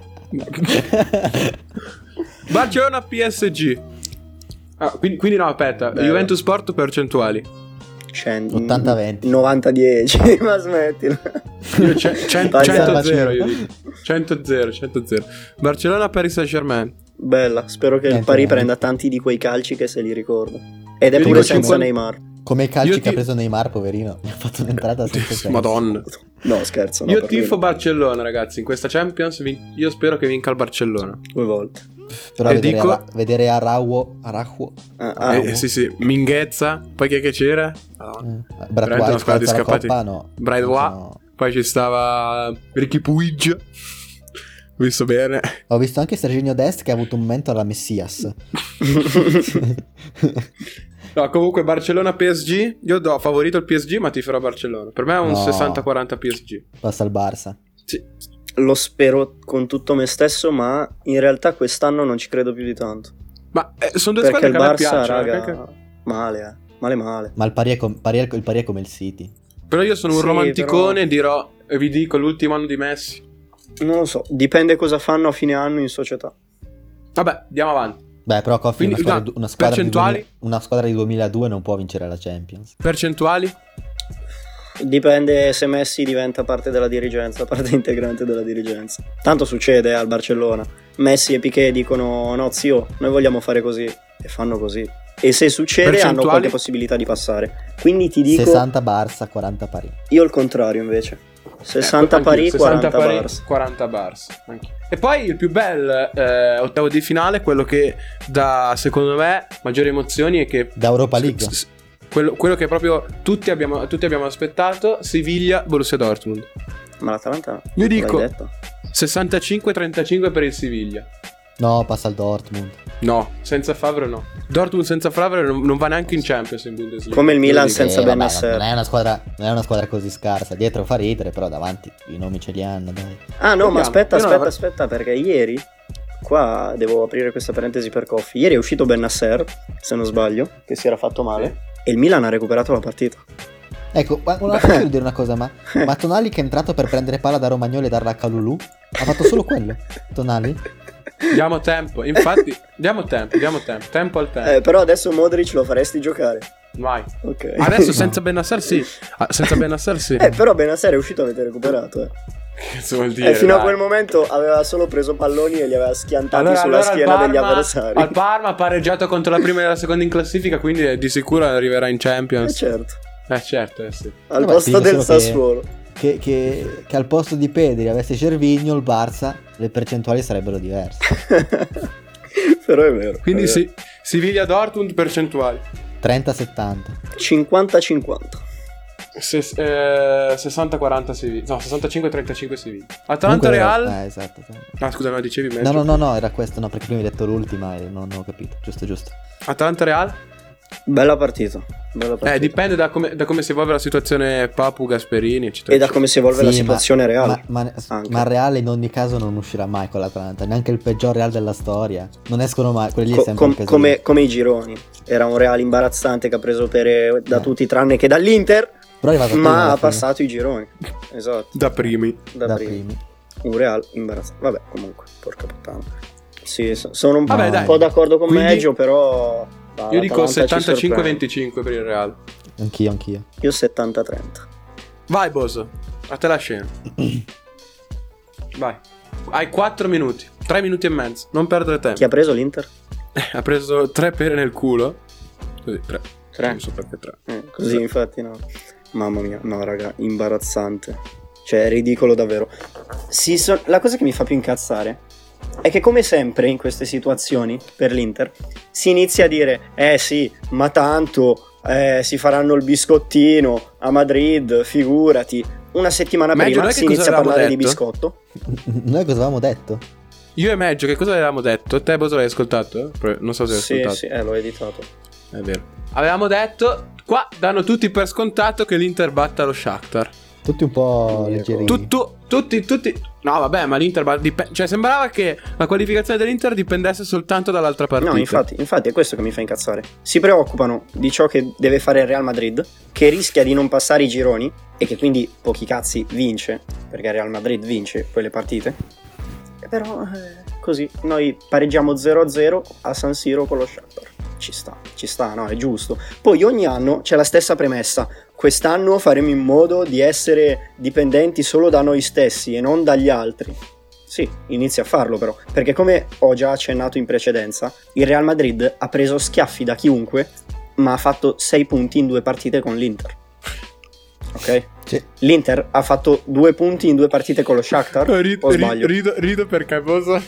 Speaker 1: Barcellona PSG. Ah, quindi, quindi no, aspetta,
Speaker 2: Bello.
Speaker 1: Juventus Porto percentuali.
Speaker 2: Cioè,
Speaker 5: 80-20.
Speaker 2: 90-10, *laughs* ma smettila.
Speaker 1: Io
Speaker 2: *laughs*
Speaker 1: ce- cen-
Speaker 2: Dai,
Speaker 1: 100
Speaker 5: salvaci.
Speaker 1: 0 io dico. 100 0, 100 0. Barcellona Paris Saint-Germain.
Speaker 2: Bella, spero che il
Speaker 5: Niente,
Speaker 2: Pari
Speaker 5: niente.
Speaker 2: prenda tanti di quei calci che se li ricorda. Ed è
Speaker 1: Io
Speaker 2: pure
Speaker 1: dico
Speaker 2: senza
Speaker 1: 50
Speaker 2: Neymar. *laughs*
Speaker 4: Come i calci
Speaker 1: Io
Speaker 4: che ha
Speaker 1: ti-
Speaker 4: preso Neymar, poverino. Mi ha fatto un'entrata senza
Speaker 1: *laughs*
Speaker 4: senso.
Speaker 1: Madonna.
Speaker 2: No, scherzo. No,
Speaker 1: io
Speaker 2: proprio
Speaker 1: tifo
Speaker 2: no.
Speaker 1: Barcellona, ragazzi. In questa Champions, vin- io spero che vinca il Barcellona.
Speaker 2: Due volte.
Speaker 4: Però
Speaker 1: E
Speaker 4: vedere,
Speaker 1: dico-
Speaker 4: Ara- vedere Araujo, Araujo,
Speaker 2: Ah,
Speaker 1: Eh,
Speaker 2: ah,
Speaker 1: eh, sì, sì, Minghezza. Poi chi è che c'era? Madonna.
Speaker 4: eh,
Speaker 1: Veramente
Speaker 4: Brathwaite,
Speaker 1: una squadra di
Speaker 4: alza la
Speaker 1: scappati.
Speaker 4: coppa, no.
Speaker 1: Braithwaite.
Speaker 4: No.
Speaker 1: Poi ci stava Ricky Puig. Ho Visto bene.
Speaker 4: Ho visto anche Serginio Dest che ha avuto un momento
Speaker 5: *laughs*
Speaker 1: *laughs*
Speaker 4: alla Messias.
Speaker 1: No, comunque Barcellona PSG. Io do favorito il PSG, ma tiferò Barcellona. Per me è un
Speaker 4: No.
Speaker 1: 60-40 PSG.
Speaker 4: Passa al Barça.
Speaker 2: Lo spero con tutto me stesso, ma in realtà quest'anno non ci credo più di tanto.
Speaker 1: Ma eh, sono due squadre
Speaker 2: Perché il
Speaker 1: che a me
Speaker 2: Barça,
Speaker 1: piacciono. eh,
Speaker 2: raga,
Speaker 1: perché-
Speaker 2: male, eh. Male male.
Speaker 4: Ma il pari è, com- pari è- il pari è come il City.
Speaker 1: Però io sono un
Speaker 2: Sì,
Speaker 1: romanticone dirò, e vi dico l'ultimo anno di Messi.
Speaker 2: Non lo so, dipende cosa fanno a fine anno in società.
Speaker 1: Vabbè, andiamo avanti.
Speaker 4: Beh, però Coffi
Speaker 1: Quindi,
Speaker 4: una squadra,
Speaker 1: no,
Speaker 4: du- una, squadra di
Speaker 1: percentuali?
Speaker 4: 2000 una squadra di 2002 non può vincere la Champions.
Speaker 1: Percentuali? Eh,
Speaker 2: Dipende se Messi diventa parte della dirigenza, parte integrante della dirigenza. Tanto succede eh, al Barcellona. Messi e Piquet dicono no zio, noi vogliamo fare così e fanno così. E se succede hanno
Speaker 1: Percentuali?
Speaker 2: qualche possibilità di passare. Quindi ti dico
Speaker 4: 60 Barça, 40 pari.
Speaker 2: io il contrario invece. 60
Speaker 1: Ecco,
Speaker 2: pari,
Speaker 1: anch'io,
Speaker 2: 40
Speaker 1: pari,
Speaker 2: Barça.
Speaker 1: 40 bars. Anch'io. E poi il più bel eh, ottavo di finale, quello che dà, secondo me, maggiori emozioni e che...
Speaker 4: Da Europa League.
Speaker 1: s- s- quello, quello che proprio tutti abbiamo, tutti abbiamo aspettato, Siviglia, Borussia Dortmund.
Speaker 2: Ma l'Atalanta
Speaker 1: Io dico-
Speaker 2: l'hai detto?
Speaker 1: 65-35 per il Siviglia.
Speaker 4: No, passa al Dortmund.
Speaker 1: No, senza Favre no. Dortmund senza Favre non, non va neanche in Champions in Bundesliga.
Speaker 2: Come il
Speaker 1: Ve lo
Speaker 2: Milan
Speaker 1: dico.
Speaker 2: senza
Speaker 4: Eh, vabbè,
Speaker 2: Ben Yedder.
Speaker 4: Non è, una squadra, non è una squadra così scarsa. Dietro fa ridere, però davanti i nomi ce li hanno. Dai.
Speaker 2: Ah no,
Speaker 1: Vediamo.
Speaker 2: ma aspetta,
Speaker 1: Io non
Speaker 2: aspetta,
Speaker 1: avrei-
Speaker 2: aspetta, perché ieri, qua devo aprire questa parentesi per Coffi, ieri è uscito Bennasser, se non sbaglio, che si era fatto male, e il Milan ha recuperato la partita.
Speaker 4: Ecco, ma una,
Speaker 2: *laughs*
Speaker 4: posso dire una cosa, ma, ma Tonali che è entrato per prendere palla da Romagnoli e darla a Calulu, ha fatto solo quello, Tonali?
Speaker 1: Diamo tempo, infatti,
Speaker 2: *laughs*
Speaker 1: diamo tempo, diamo tempo, tempo al tempo.
Speaker 2: Eh, però adesso Modric lo faresti giocare.
Speaker 1: Vai.
Speaker 2: Ok.
Speaker 1: Adesso senza Benassar sì. Ah, senza Benassar sì.
Speaker 2: Eh, però Bennasser è uscito e avete recuperato. Eh.
Speaker 1: Cazzo vuol
Speaker 2: Eh, fino a
Speaker 1: dai.
Speaker 2: quel momento aveva solo preso palloni e li aveva schiantati
Speaker 1: Allora,
Speaker 2: sulla
Speaker 1: allora al
Speaker 2: schiena degli
Speaker 1: Parma-
Speaker 2: avversari.
Speaker 1: Al Parma ha pareggiato contro la prima e la seconda in classifica, quindi eh, di sicuro arriverà in
Speaker 2: Eh,
Speaker 1: Champions.
Speaker 2: certo,
Speaker 1: Eh certo, eh sì.
Speaker 2: al
Speaker 4: Vabbè,
Speaker 2: posto
Speaker 4: sì,
Speaker 2: del
Speaker 4: solo che-
Speaker 2: Sassuolo. *laughs*
Speaker 4: Che, che- che al posto di Pedri avesse Cervigno, il Barça, le percentuali sarebbero diverse.
Speaker 2: però è vero.
Speaker 1: Quindi
Speaker 2: è vero.
Speaker 1: sì, Siviglia Dortmund percentuali.
Speaker 4: 30-70.
Speaker 2: 50-50.
Speaker 1: Se- eh, 60-40 Siviglia. No, 65-35 Siviglia. Atalanta Real.
Speaker 4: Eh, esatto. esatto.
Speaker 1: Ah, scusa, no, dicevi meglio.
Speaker 4: No, no, no, no, era questo, no, perché prima hai detto l'ultima e non ho capito. Giusto, giusto.
Speaker 1: Atalanta Real?
Speaker 2: Bella partita. Bella partita.
Speaker 1: Eh, dipende da come, da come si evolve la situazione Papu, Gasperini, eccetera.
Speaker 2: e da come si evolve
Speaker 4: Sì,
Speaker 2: la
Speaker 4: ma-
Speaker 2: situazione reale.
Speaker 4: Ma, ma-
Speaker 2: Anche.
Speaker 4: ma il Real in ogni caso non uscirà mai con l'Atalanta, neanche il peggior Real della storia. Non escono mai, quelli lì è
Speaker 2: Co-
Speaker 4: sempre
Speaker 2: com-
Speaker 4: un casino.
Speaker 2: come, come i gironi. Era un Real imbarazzante che ha preso per da
Speaker 4: Eh.
Speaker 2: tutti tranne che dall'Inter,
Speaker 4: Però è arrivato prima alla
Speaker 2: ma ha
Speaker 4: fine,
Speaker 2: passato i
Speaker 4: *laughs*
Speaker 2: gironi. Esatto,
Speaker 1: Da primi.
Speaker 2: da,
Speaker 4: da
Speaker 2: prima.
Speaker 4: primi.
Speaker 2: Un Real imbarazzante. Vabbè, comunque, porca puttana. Sì, so- sono un,
Speaker 1: Vabbè,
Speaker 2: un
Speaker 1: dai.
Speaker 2: po' d'accordo con
Speaker 1: Quindi-
Speaker 2: Meggio, però...
Speaker 1: Io dico
Speaker 2: l'Atalanta ci sorprende.
Speaker 1: 75-25 per il Real.
Speaker 4: Anch'io, anch'io. *laughs*
Speaker 2: Io 70-30.
Speaker 1: Vai, Boso. A te la
Speaker 2: *coughs*
Speaker 1: scena. Vai. Hai 4 minuti. 3 minuti e mezzo. Non perdere tempo. Eh,
Speaker 2: Chi ha preso l'Inter?
Speaker 1: Ha preso 3 pere nel culo. Così, 3.
Speaker 2: Tre.
Speaker 1: Non so perché 3.
Speaker 2: Eh, così infatti no. Mamma mia, no raga, imbarazzante. Cioè, è ridicolo davvero. Si so- la cosa che mi fa più incazzare è che come sempre in queste situazioni per l'Inter si inizia a dire "Eh sì, ma tanto eh, si faranno il biscottino a Madrid, figurati". Una settimana
Speaker 1: Meglio,
Speaker 2: prima
Speaker 1: noi che
Speaker 2: si
Speaker 1: cosa
Speaker 2: inizia a
Speaker 1: avevamo
Speaker 2: parlare di
Speaker 1: detto?
Speaker 2: biscotto.
Speaker 4: Noi cosa avevamo detto?
Speaker 1: Io e Meggio, che cosa avevamo detto? Te, Boso, l'hai ascoltato? Pro- Non so se l'hai
Speaker 2: Sì,
Speaker 1: ascoltato.
Speaker 2: sì, eh, l'ho editato.
Speaker 1: È vero. Avevamo detto. Qua danno tutti per scontato che l'Inter batta lo Shakhtar.
Speaker 4: Tutti un po'
Speaker 2: Ecco.
Speaker 4: leggerini.
Speaker 1: Tutto, tutti, tutti. No, vabbè, ma l'Inter. ba- dip- cioè, sembrava che la qualificazione dell'Inter dipendesse soltanto dall'altra partita.
Speaker 2: No, infatti, infatti è questo che mi fa incazzare. Si preoccupano di ciò che deve fare il Real Madrid, che rischia di non passare i gironi e che quindi pochi cazzi vince, perché il Real Madrid vince quelle partite. E Però eh, così noi pareggiamo 0-0 a San Siro con lo Shakhtar. Ci sta, ci sta, no, è giusto. Poi ogni anno c'è la stessa premessa. Quest'anno faremo in modo di essere dipendenti solo da noi stessi e non dagli altri. Sì, inizia a farlo però, perché come ho già accennato in precedenza, il Real Madrid ha preso schiaffi da chiunque ma ha fatto 6 punti in due partite con l'Inter. Ok?
Speaker 5: Sì.
Speaker 2: L'Inter ha fatto 2 punti in due partite con
Speaker 1: *laughs*
Speaker 2: lo Shakhtar.
Speaker 1: Ri-
Speaker 2: o
Speaker 1: ri-
Speaker 2: sbaglio?
Speaker 1: rido, rido perché Bosa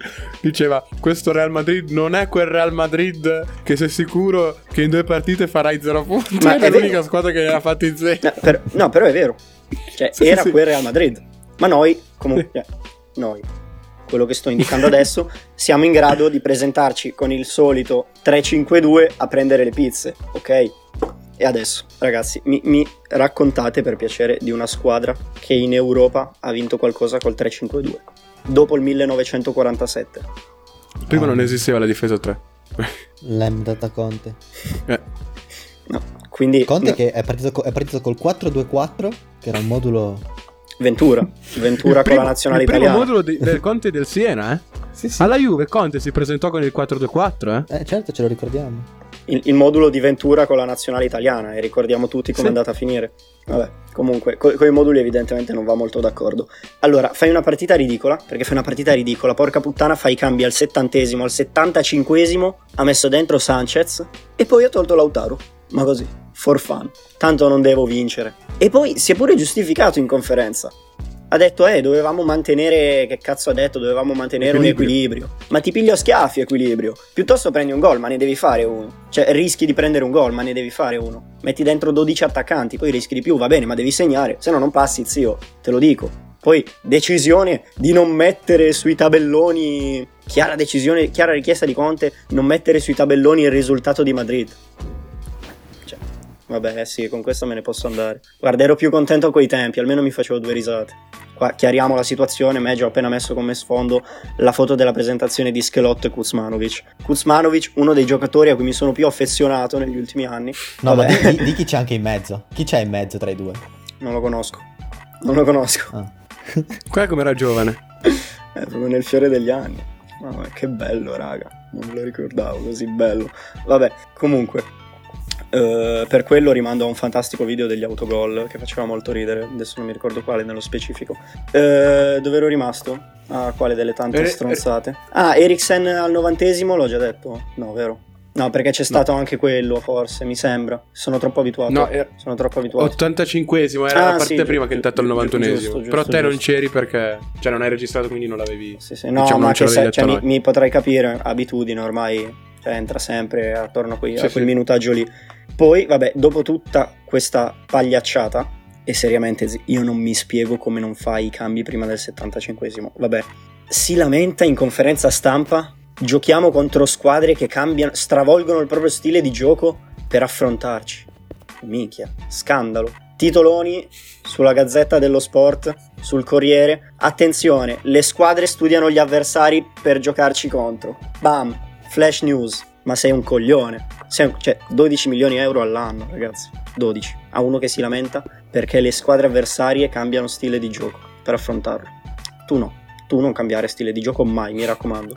Speaker 1: *laughs* diceva questo Real Madrid non è quel Real Madrid che sei sicuro che in due partite farai zero punti
Speaker 2: Ma
Speaker 1: è
Speaker 2: è vero.
Speaker 1: l'unica squadra che ne ha fatti zero
Speaker 2: No, per- no, però è vero. Cioè,
Speaker 1: Sì,
Speaker 2: era
Speaker 1: sì.
Speaker 2: quel Real Madrid. Ma noi, comunque, cioè, noi, quello che sto indicando adesso, siamo in grado di presentarci con il solito 3-5-2 a prendere le pizze, ok? E adesso, ragazzi, mi, mi raccontate per piacere di una squadra che in Europa ha vinto qualcosa col 3-5-2 dopo il 1947.
Speaker 1: prima non esisteva la difesa Eh, 3
Speaker 5: L'ha data Conte.
Speaker 2: No, quindi
Speaker 5: Conte
Speaker 2: no,
Speaker 5: che è partito, co- è partito col 4-2-4, che era un modulo...
Speaker 1: *laughs*
Speaker 2: Ventura, Ventura con la nazionale
Speaker 1: il primo
Speaker 2: italiana.
Speaker 1: modulo di- del Conte del Siena
Speaker 2: *laughs*
Speaker 1: eh?
Speaker 5: Sì, sì.
Speaker 1: alla Juve Conte si presentò con il 4-2-4 eh?
Speaker 5: Eh, certo, ce lo ricordiamo.
Speaker 2: il, il modulo di Ventura con la nazionale italiana e ricordiamo tutti come
Speaker 1: Sì.
Speaker 2: è andata a finire. Vabbè, comunque, co- con i moduli evidentemente non va molto d'accordo. Allora, fai una partita ridicola, perché fai una partita ridicola, porca puttana, fai i cambi al settantesimo, al settantacinquesimo, ha messo dentro Sanchez e poi ha tolto Lautaro. Ma così, for fun. Tanto non devo vincere. E poi si è pure giustificato in conferenza. Ha detto, eh, dovevamo mantenere. Che cazzo ha detto? Dovevamo mantenere un equilibrio. Ma ti piglio a schiaffi equilibrio. Piuttosto prendi un gol, ma ne devi fare uno. Cioè, rischi di prendere un gol, ma ne devi fare uno. Metti dentro 12 attaccanti, poi rischi di più, va bene, ma devi segnare. Se no, non passi, zio, te lo dico. Poi, decisione di non mettere sui tabelloni. Chiara decisione, chiara richiesta di Conte, non mettere sui tabelloni il risultato di Madrid. Cioè, vabbè, eh sì, con questo me ne posso andare. Guarda, ero più contento coi tempi, almeno mi facevo due risate. Qua chiariamo la situazione, Meggio ha appena messo come sfondo la foto della presentazione di Schelotto e Kuzmanovic. Kuzmanovic, uno dei giocatori a cui mi sono più affezionato negli ultimi anni,
Speaker 5: No,
Speaker 2: Vabbè.
Speaker 5: ma di, di- di chi c'è anche in mezzo? Chi c'è in mezzo tra i due?
Speaker 2: *laughs* non lo conosco. Non lo conosco,
Speaker 5: Ah.
Speaker 1: qua come era giovane
Speaker 2: è Eh, proprio nel fiore degli anni. Mamma, che bello, raga. Non me lo ricordavo così bello. Vabbè, comunque, eh, per quello rimando a un fantastico video degli autogol che faceva molto ridere. Adesso non mi ricordo quale nello specifico. Eh, dove ero rimasto? A quale delle tante
Speaker 1: Eri-
Speaker 2: stronzate? Ah, Eriksen al novantesimo, l'ho già detto. No, vero? No, perché c'è stato anche quello, forse, mi sembra. Sono troppo abituato.
Speaker 1: No, er- era-
Speaker 2: Sono troppo abituato.
Speaker 1: 85esimo era
Speaker 2: Ah,
Speaker 1: la
Speaker 2: sì,
Speaker 1: partita
Speaker 2: gi-
Speaker 1: prima che è intanto il
Speaker 2: gi-
Speaker 1: 91esimo
Speaker 2: giusto, giusto,
Speaker 1: però te non
Speaker 2: giusto.
Speaker 1: c'eri perché cioè non hai registrato quindi non l'avevi
Speaker 2: Sì, sì, No,
Speaker 1: Diciamo,
Speaker 2: ma
Speaker 1: non ce
Speaker 2: che
Speaker 1: l'avevi
Speaker 2: se-
Speaker 1: detto
Speaker 2: cioè, mi,
Speaker 1: noi.
Speaker 2: mi potrei capire, abitudine ormai, cioè, entra sempre attorno a, quei-
Speaker 1: Sì,
Speaker 2: a quel
Speaker 1: sì.
Speaker 2: minutaggio lì. Poi, vabbè, dopo tutta questa pagliacciata, e seriamente zi- io non mi spiego come non fai i cambi prima del 75esimo, vabbè, si lamenta in conferenza stampa, giochiamo contro squadre che cambiano, stravolgono il proprio stile di gioco per affrontarci. Minchia, scandalo. Titoloni sulla Gazzetta dello Sport, sul Corriere. Attenzione, le squadre studiano gli avversari per giocarci contro. Bam, flash news. Ma sei un coglione. Sei un- cioè, 12 milioni di euro all'anno, ragazzi. 12. A uno che si lamenta perché le squadre avversarie cambiano stile di gioco per affrontarlo. Tu no. Tu non cambiare stile di gioco mai, mi raccomando.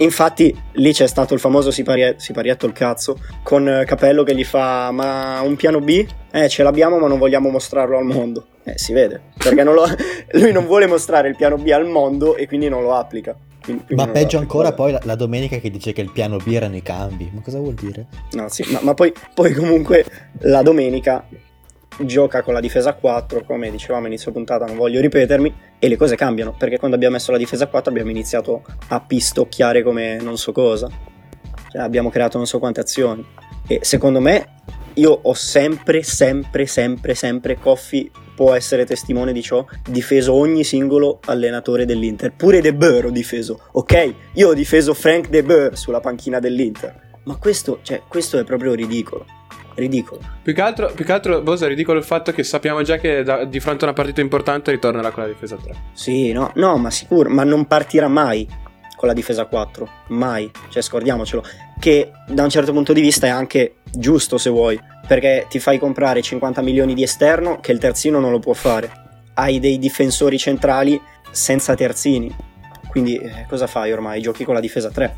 Speaker 2: Infatti lì c'è stato il famoso siparie- siparietto il cazzo con eh, Capello che gli fa ma un piano B? Eh ce l'abbiamo ma non vogliamo mostrarlo al mondo. Eh si vede, perché non lo- *laughs* lui non vuole mostrare il piano B al mondo e quindi non lo applica. Quindi- quindi
Speaker 5: Ma
Speaker 2: non lo
Speaker 5: peggio
Speaker 2: applica.
Speaker 5: ancora poi la, la domenica che dice che il piano B erano i cambi. Ma cosa vuol dire?
Speaker 2: No, sì, ma, ma poi, poi comunque la domenica gioca con la difesa a 4, come dicevamo inizio puntata, non voglio ripetermi, e le cose cambiano, perché quando abbiamo messo la difesa a 4 abbiamo iniziato a pistocchiare come non so cosa, Cioè, abbiamo creato non so quante azioni, e secondo me io ho sempre, sempre, sempre, sempre, Coffi può essere testimone di ciò, difeso ogni singolo allenatore dell'Inter, pure De Boer ho difeso, ok? Io ho difeso Frank De Boer sulla panchina dell'Inter, ma questo, cioè, questo è proprio ridicolo. Ridicolo.
Speaker 1: Più che altro, più che altro Bosa, è ridicolo il fatto che sappiamo già che da- di fronte a una partita importante ritornerà con la difesa 3.
Speaker 2: Sì, no, no, ma sicuro, ma non partirà mai con la difesa 4, mai, cioè scordiamocelo, che da un certo punto di vista è anche giusto se vuoi, perché ti fai comprare 50 milioni di esterno che il terzino non lo può fare. Hai dei difensori centrali senza terzini. Quindi eh, cosa fai ormai? Giochi con la difesa 3.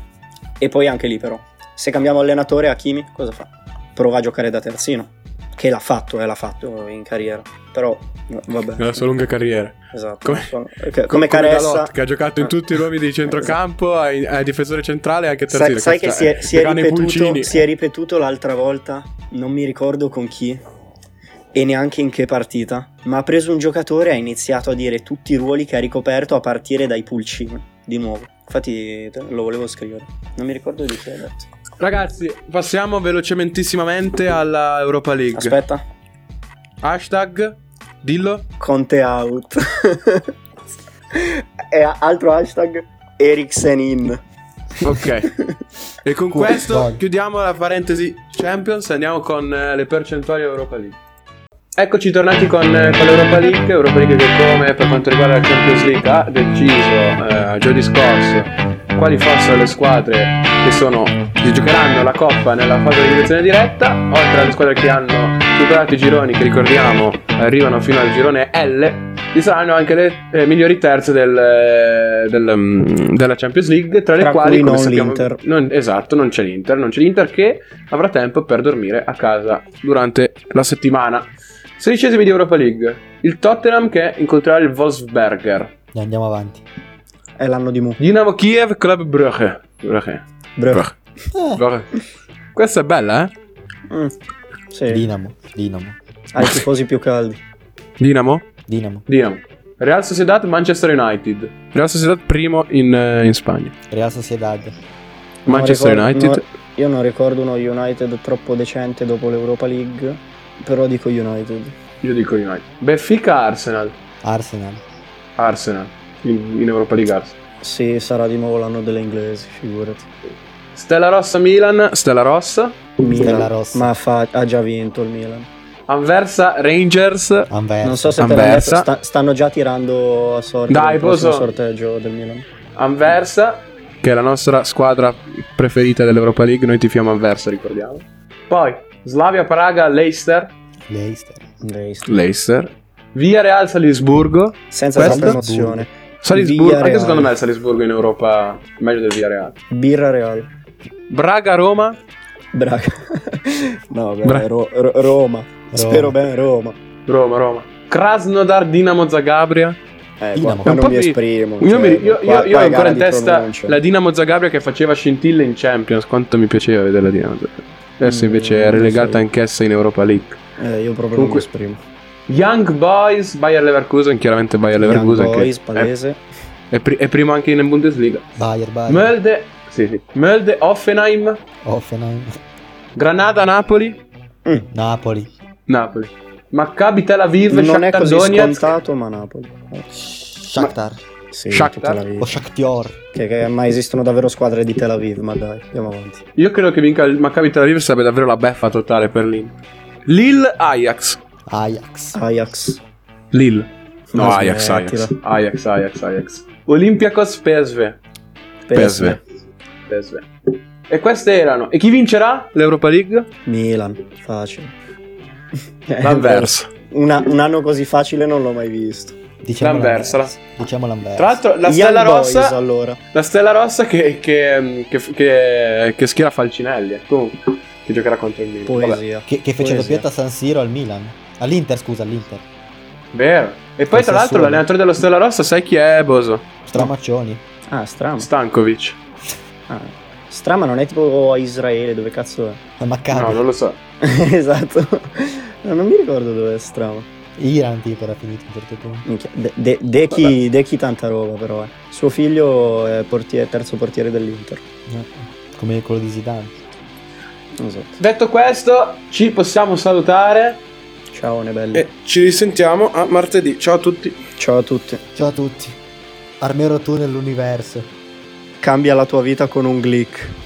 Speaker 2: E poi anche lì però, se cambiamo allenatore Hakimi, cosa fa? Prova a giocare da terzino. Che l'ha fatto, eh, l'ha fatto in carriera. Però, no, vabbè.
Speaker 1: Nella sua lunga carriera.
Speaker 2: Esatto.
Speaker 1: Come-
Speaker 2: Sono- che- come Caressa. Ah.
Speaker 1: Dalot, che ha giocato in tutti i ruoli di centrocampo, ai ai difensore centrale e anche
Speaker 2: Sai,
Speaker 1: terzino.
Speaker 2: sai che si è, si è
Speaker 1: Giocano i
Speaker 2: ripetuto,
Speaker 1: pulcini.
Speaker 2: si è ripetuto l'altra volta, non mi ricordo con chi e neanche in che partita, ma ha preso un giocatore e ha iniziato a dire tutti i ruoli che ha ricoperto a partire dai pulcini, di nuovo. Infatti te- lo volevo scrivere, non mi ricordo di chi ha detto.
Speaker 1: Ragazzi, passiamo velocementissimamente alla Europa League.
Speaker 2: Aspetta,
Speaker 1: Hashtag, dillo.
Speaker 2: Conte out. *laughs* e altro hashtag, Eriksen in.
Speaker 1: Ok. E con
Speaker 5: Cool,
Speaker 1: questo
Speaker 5: dai.
Speaker 1: chiudiamo la parentesi Champions e andiamo con eh, le percentuali Europa League. Eccoci tornati con, eh, con l'Europa League, Europa League che come per quanto riguarda la Champions League ha deciso eh, giovedì scorso quali fossero le squadre che, sono, che giocheranno la Coppa nella fase di direzione diretta, oltre alle squadre che hanno superato i gironi che ricordiamo arrivano fino al girone L, ci saranno anche le eh, migliori terze del, eh, del, mm, della Champions League, tra le
Speaker 2: Tra
Speaker 1: quali
Speaker 2: cui
Speaker 1: come
Speaker 2: non
Speaker 1: sappiamo-
Speaker 2: l'Inter.
Speaker 1: non- esatto, non c'è l'Inter, non c'è l'Inter che avrà tempo per dormire a casa durante la settimana. Sedicesimi di Europa League, il Tottenham che incontrerà il Wolfsberger,
Speaker 5: Andiamo avanti.
Speaker 2: *laughs* È l'anno di Mu.
Speaker 1: Dinamo Kiev, Club Brugge. Brugge.
Speaker 2: Bravo.
Speaker 1: Brugge.
Speaker 5: Ah,
Speaker 1: Brugge. Questa è bella, eh?
Speaker 2: Mm. Sì,
Speaker 5: Dinamo, Dinamo,
Speaker 2: ha i tifosi più caldi.
Speaker 1: Dinamo?
Speaker 5: Dinamo.
Speaker 1: Dinamo. Real Sociedad, Manchester United. Real Sociedad primo in, eh, in Spagna.
Speaker 5: Real Sociedad.
Speaker 2: Non
Speaker 1: Manchester
Speaker 2: ricordo-
Speaker 1: United.
Speaker 2: non- io non ricordo uno United troppo decente dopo l'Europa League, però dico United.
Speaker 1: Io dico United. Benfica Arsenal.
Speaker 5: Arsenal.
Speaker 1: Arsenal. In, in Europa League Arsenal.
Speaker 2: Sì, sarà di nuovo l'anno delle inglesi, figurati.
Speaker 1: Stella Rossa Milan. Stella Rossa.
Speaker 5: Stella
Speaker 2: Milan,
Speaker 5: Rossa.
Speaker 2: ma fa- ha già vinto il Milan.
Speaker 1: Anversa Rangers.
Speaker 5: Anversa.
Speaker 2: Non so se te l'ha
Speaker 1: Eh, Anversa.
Speaker 2: detto, sta- stanno già tirando a sorte
Speaker 1: Dai,
Speaker 2: il prossimo
Speaker 1: posso-
Speaker 2: sorteggio del Milan.
Speaker 1: Anversa. Che è la nostra squadra preferita dell'Europa League. Noi tifiamo Anversa, ricordiamo. Poi Slavia Praga. Leicester.
Speaker 5: Leicester.
Speaker 1: Leicester. Via Real Salisburgo.
Speaker 2: Senza
Speaker 1: Questo-
Speaker 2: troppa emozione.
Speaker 1: Salisburgo. Anche
Speaker 2: Villarreal.
Speaker 1: secondo me il Salisburgo in Europa è meglio del Via Real.
Speaker 2: Birra Real.
Speaker 1: Braga Roma.
Speaker 2: Braga. *laughs* no, beh,
Speaker 1: Bra-
Speaker 2: Ro- Ro- Roma. Spero bene Roma.
Speaker 1: Roma, Roma. Krasnodar Dinamo Zagabria.
Speaker 2: Eh,
Speaker 5: Dinamo.
Speaker 2: qua- qua
Speaker 1: Un po'
Speaker 2: non mi
Speaker 1: di-
Speaker 2: esprimo.
Speaker 1: Io,
Speaker 2: cioè,
Speaker 1: mi- io-
Speaker 2: qua-
Speaker 1: io-
Speaker 2: qua
Speaker 1: io ho
Speaker 2: è
Speaker 1: ancora
Speaker 2: gara
Speaker 1: in
Speaker 2: di
Speaker 1: testa
Speaker 2: pronuncia.
Speaker 1: la Dinamo Zagabria che faceva scintille in Champions. Quanto mi piaceva vedere la Dinamo Zagabria. Adesso
Speaker 2: Mm,
Speaker 1: invece è
Speaker 2: non lo
Speaker 1: relegata
Speaker 2: so.
Speaker 1: anch'essa in Europa League.
Speaker 2: Eh, io proprio
Speaker 1: Comunque-
Speaker 2: non mi esprimo.
Speaker 1: Young Boys, Bayer Leverkusen, chiaramente Bayer Leverkusen
Speaker 2: Young
Speaker 1: che
Speaker 2: Boys,
Speaker 1: è-
Speaker 2: palese. Ah,
Speaker 1: è, pri- è primo anche in Bundesliga.
Speaker 5: Bayer, Bayer.
Speaker 1: Mölde, sì, sì. Mölde, Offenheim,
Speaker 5: Hoffenheim.
Speaker 1: Granada, Napoli,
Speaker 5: Napoli.
Speaker 1: Napoli. Maccabi Tel Aviv,
Speaker 2: non è
Speaker 1: Shakhtar
Speaker 2: così
Speaker 1: Donetsk,
Speaker 2: scontato, ma Napoli. Eh,
Speaker 5: Shakhtar.
Speaker 2: Sì,
Speaker 1: Shakhtar?
Speaker 2: tutta la vita.
Speaker 5: O Shakhtior.
Speaker 2: Che, che mai esistono davvero squadre di Tel Aviv, ma dai, andiamo avanti.
Speaker 1: Io credo che vinca il Maccabi Tel Aviv sarebbe davvero la beffa totale per l'Inter. Lille Ajax.
Speaker 2: Ah,
Speaker 5: Ajax.
Speaker 2: Ajax.
Speaker 1: Lille. No,
Speaker 2: Ma
Speaker 1: Ajax,
Speaker 2: smettila.
Speaker 1: Ajax. Ajax, Ajax, Ajax. Olympiacos PSV.
Speaker 2: PSV.
Speaker 1: PSV. E queste erano. E chi vincerà l'Europa League?
Speaker 2: Milan, facile. Eh,
Speaker 1: L'Anversa.
Speaker 2: una- un anno così facile non l'ho mai visto.
Speaker 5: Diciamo
Speaker 1: L'Anversa.
Speaker 5: Diciamo l'Anversa.
Speaker 1: Tra l'altro, la
Speaker 2: Young
Speaker 1: stella
Speaker 2: Boys,
Speaker 1: rossa.
Speaker 2: allora.
Speaker 1: La stella rossa che, che, che, che, che schiera Falcinelli. eh. Comunque, che giocherà contro il Milan. Vabbè,
Speaker 2: Poesia.
Speaker 5: che, che fece
Speaker 2: Poesia.
Speaker 5: doppietta a San Siro al Milan. All'Inter, scusa, all'Inter.
Speaker 1: Vero. E poi, tra
Speaker 5: Sassuolo.
Speaker 1: l'altro, l'allenatore della Stella Rossa, sai chi è, Boso?
Speaker 5: Stramaccioni.
Speaker 2: Ah, strama.
Speaker 1: Stankovic.
Speaker 2: Ah. Strama non è tipo a Israele, dove cazzo è? *laughs*
Speaker 5: A Maccabi.
Speaker 1: No, non lo so.
Speaker 2: esatto. No, non mi ricordo dove è Strama.
Speaker 5: Iran tipo era finito a un certo punto.
Speaker 2: Minchia, De- De- Dechi, Dechi tanta roba però. eh. Suo figlio è portiere- terzo portiere dell'Inter.
Speaker 5: Eh, Come quello di Zidane.
Speaker 2: Esatto.
Speaker 1: Detto questo, ci possiamo salutare.
Speaker 2: Ciao Nebelli.
Speaker 1: ci risentiamo a martedì. Ciao a tutti.
Speaker 2: Ciao a tutti.
Speaker 5: Ciao a tutti. Armero tu nell'universo.
Speaker 2: Cambia la tua vita con un click.